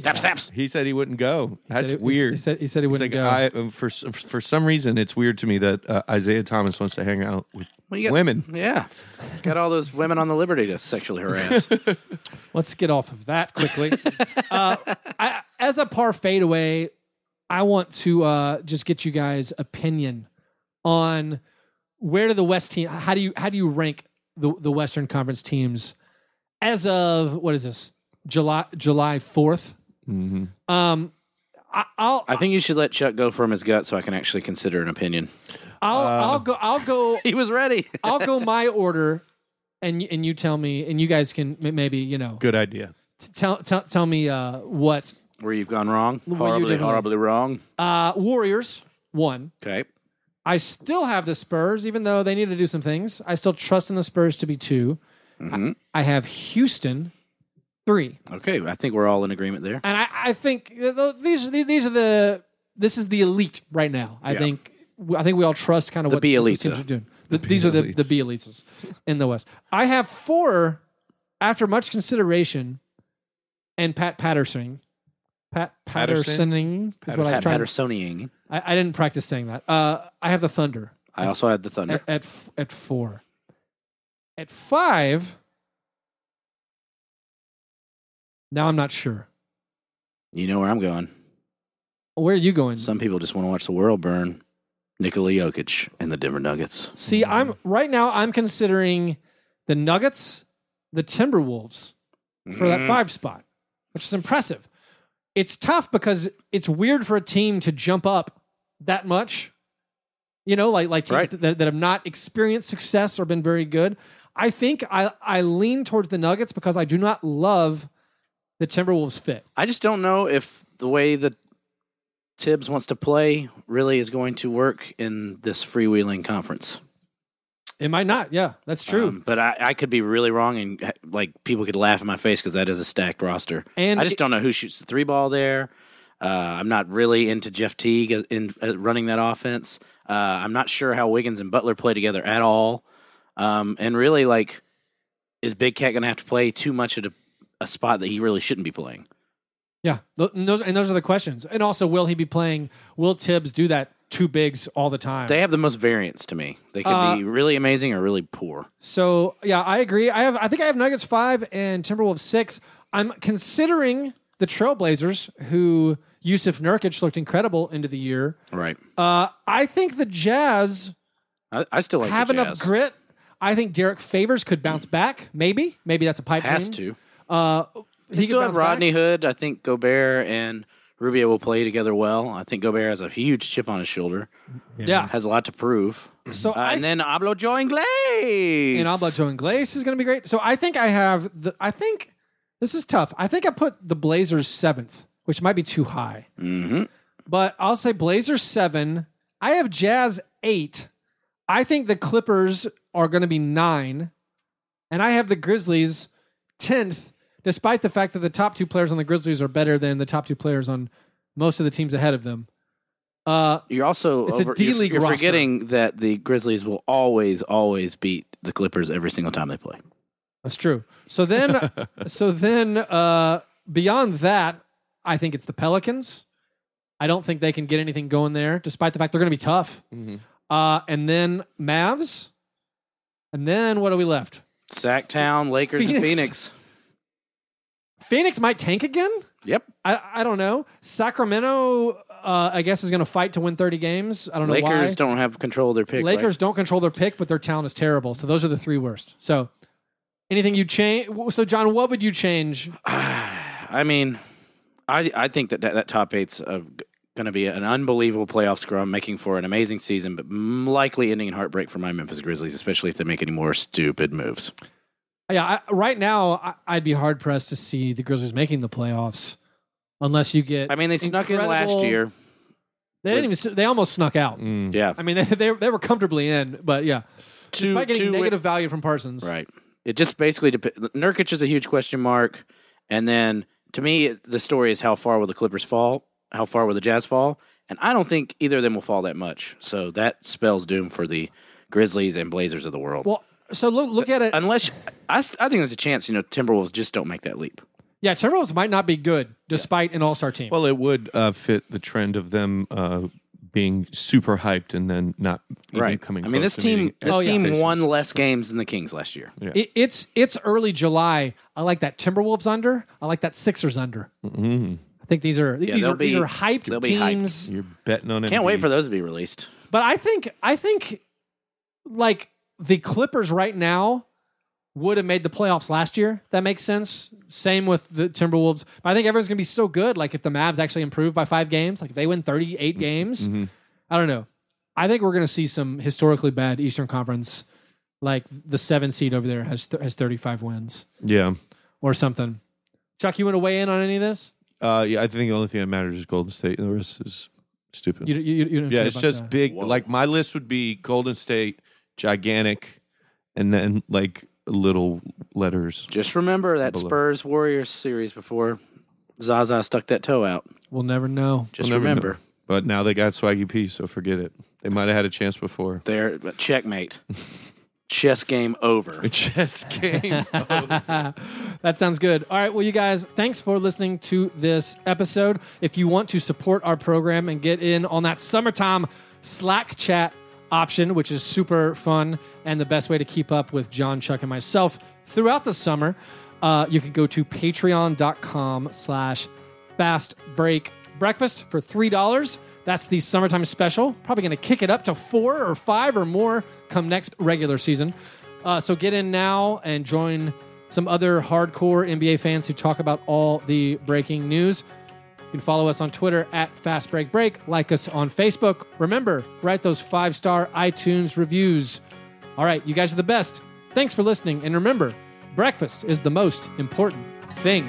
S2: Snap, snaps.
S3: said he wouldn't go.
S1: He said
S3: That's
S1: it-
S3: weird.
S1: He said he said he
S3: He's
S1: wouldn't
S3: like, I, uh, for s- for some reason, it's weird to me that uh, Isaiah Thomas wants to hang out with
S2: Well, you got-
S3: women.
S2: Yeah. Got all those women on the Liberty to sexually [LAUGHS] harass.
S1: go. Let's get off of that quickly. uh, I, as a par fadeaway, I want to uh, just get you guys' opinion on where do the West team? How do you how do you rank the the Western Conference teams as of what is this July July fourth?
S3: hmm
S1: Um, I, I'll
S3: Uh,
S2: I think you should let Chuck go from his gut so I can actually consider an opinion.
S1: I'll,
S3: Uh,
S1: I'll go I'll
S3: [LAUGHS]
S1: go
S2: He was ready.
S1: I'll go my order, and y- and you tell me, and you guys can m- maybe you know
S3: Good idea.
S1: t- tell tell tell me uh, what
S2: Where you've gone wrong.
S1: Where you
S2: Horribly,
S1: did wrong.
S2: horribly wrong.
S1: uh, Warriors won.
S2: Okay.
S1: I still have the Spurs, even though they need to do some things. I still trust in the Spurs to be 2
S2: Mhm.
S1: I, I have Houston three,
S2: Okay. I think we're all in agreement there.
S1: and I I think th- th- these these are the this is the elite right now. I
S2: Yeah.
S1: think I think we all trust kind of
S2: The
S1: what these
S2: B-elites.
S1: teams are doing. Th- these are the the B elites in the West. I have four after much consideration, and Pat Patterson. Pat
S3: Patterson?
S1: Pattersoning is what I was
S2: Pat
S1: trying.
S2: Pattersonian.
S1: I, I didn't practice saying that. Uh, I have the Thunder
S2: I also had the Thunder.
S1: at at, f- at four. At five, now I'm not sure.
S2: You know where I'm going.
S1: Where are you going?
S2: Some people just want to watch the world burn. Nikola Jokic and the Denver Nuggets.
S1: See, I'm
S2: Mm.
S1: right now. I'm considering the Nuggets, the Timberwolves for
S2: Mm. Mm-hmm.
S1: that five spot, which is impressive. It's tough because it's weird for a team to jump up that much. You know, like like teams
S2: Right.
S1: that, that have not experienced success or been very good. I think I I lean towards the Nuggets because I do not love the Timberwolves fit.
S2: I just don't know if the way that Tibbs wants to play really is going to work in this freewheeling conference.
S1: It might not. Yeah, that's true.
S2: Um, but I, I could be really wrong, and like people could laugh in my face because that is a stacked roster.
S1: and
S2: I just don't know who shoots the three ball there. Uh, I'm not really into Jeff Teague in, uh, running that offense. Uh, I'm not sure how Wiggins and Butler play together at all. Um, and really, like, is Big Cat going to have to play too much at a, a spot that he really shouldn't be playing?
S1: Yeah, Th- and those and those are the questions. And also, will he be playing? Will Tibbs do that two bigs all the time?
S2: They have the most variance to me. They could
S1: Uh,
S2: be really amazing or really poor.
S1: so yeah, I agree. I have I think I have Nuggets five and Timberwolves six. I'm considering the Trailblazers, who Yusuf Nurkic looked incredible into the year.
S2: Right.
S1: Uh, I think the Jazz
S2: I, I still like the
S1: have enough
S2: Jazz.
S1: grit. I think Derek Favors could bounce back. Maybe, maybe that's a pipe
S2: Has
S1: dream.
S2: to.
S1: Uh,
S2: He
S1: could
S2: still have
S1: bounce back.
S2: Rodney Hood. I think Gobert and Rubio will play together well. I think Gobert has a huge chip on his shoulder.
S1: Yeah.
S2: Has a lot to prove.
S1: So
S2: Uh,
S1: I
S2: and then Ablo Joe Inglés.
S1: and Abla Joe and Glaze is going to be great. So I think I have the. I think this is tough. I think I put the Blazers seventh, which might be too high,
S2: hmm
S1: but I'll say Blazers seven. I have Jazz eight. I think the Clippers are going to be nine, and I have the Grizzlies tenth, despite the fact that the top two players on the Grizzlies are better than the top two players on most of the teams ahead of them. Uh,
S2: You're also
S1: It's a
S2: over-
S1: D
S2: you're,
S1: league
S2: you're
S1: roster.
S2: forgetting that the Grizzlies will always, always beat the Clippers every single time they play.
S1: That's true. So
S2: [LAUGHS]
S1: then, so then, uh, beyond that, I think it's the Pelicans. I don't think they can get anything going there, despite the fact they're going to be tough.
S2: Mm-hmm.
S3: Mhm.
S1: Uh, and then Mavs, and then what are we left?
S2: Sacktown, Lakers, and
S1: Phoenix.
S2: Phoenix.
S1: Phoenix might tank again.
S2: Yep.
S1: I I don't know. Sacramento, uh, I guess, is going to fight to win thirty games. I don't know why.
S2: Lakers don't have control of their pick. right?
S1: Lakers don't control their pick, but their talent is terrible. So those are the three worst. So anything you change? So John, what would you change?
S2: [SIGHS] I mean, I I think that that, that top eight's going to be an unbelievable playoff scrum, making for an amazing season, but m- likely ending in heartbreak for my Memphis Grizzlies, especially if they make any more stupid moves.
S1: Yeah, I, right now I, I'd be hard pressed to see the Grizzlies making the playoffs, unless you get.
S2: I mean, they snuck in last
S1: incredible-
S2: year.
S1: They didn't even. They almost snuck out.
S3: Mm.
S2: Yeah,
S1: I mean, [LAUGHS] they, they they were comfortably in, but yeah, despite getting negative value from Parsons.
S2: Right. It just basically depends. Nurkic is a huge question mark, and then to me, it- the story is how far will the Clippers fall? How far will the Jazz fall? And I don't think either of them will fall that much. So that spells doom for the Grizzlies and Blazers of the world.
S1: Well, so look look at it.
S2: Unless I, st- I think there's a chance, you know, Timberwolves just don't make that leap.
S1: Yeah, Timberwolves might not be good despite an All Star team.
S3: Well, it would uh, fit the trend of them uh, being super hyped and then not even coming.
S2: I mean, this
S3: close to
S2: team
S3: meeting
S2: this
S1: Oh, yeah.
S2: team
S3: expectations.
S2: won less games than the Kings last year.
S3: Yeah.
S1: It, it's it's early July. I like that Timberwolves under. I like that Sixers under. I think these are these
S2: Mm-hmm. they'll
S1: are these
S2: be-
S1: are hyped
S2: they'll be hyped.
S1: teams.
S3: You're betting on it.
S2: Can't wait for those to be released.
S1: But I think I think like the Clippers right now would have made the playoffs last year. That makes sense. Same with the Timberwolves. But I think everyone's gonna be so good. Like if the Mavs actually improve by five games, like if they win thirty
S3: Mm-hmm.
S1: eight games, I don't know. I think we're gonna see some historically bad Eastern Conference. Like the seven seed over there has has thirty five wins.
S3: Yeah.
S1: or something. Chuck, you want to weigh in on any of this?
S3: Uh, yeah, I think the only thing that matters is Golden State. The rest is stupid.
S1: You, you, you you don't
S3: yeah,
S1: care
S3: it's
S1: about
S3: just
S1: that.
S3: big.
S2: Whoa.
S3: Like my list would be Golden State, gigantic, and then like little letters.
S2: Just remember that
S3: Below.
S2: Spurs Warriors series before Zaza stuck that toe out.
S1: We'll never know.
S2: Just
S3: We'll never
S2: remember,
S3: know. But now they got Swaggy P, so forget it. They might have had a chance before. [LAUGHS]
S2: they're checkmate. Chess game over.
S3: Chess game.
S1: That sounds good. All right. Well, you guys, thanks for listening to this episode. If you want to support our program and get in on that summertime Slack chat option, which is super fun and the best way to keep up with John, Chuck, and myself throughout the summer, uh, you can go to patreon.com slash fast break breakfast for $3. That's the summertime special. Probably going to kick it up to four or five or more come next regular season. Uh, so get in now and join some other hardcore NBA fans who talk about all the breaking news. You can follow us on Twitter at Fast Break Break. Like us on Facebook. Remember, write those five star iTunes reviews. All right, you guys are the best. Thanks for listening. And remember, breakfast is the most important thing.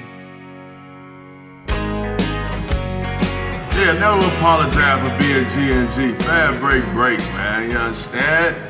S4: Yeah, never apologize for being G and G. Fab break, break, man. You understand?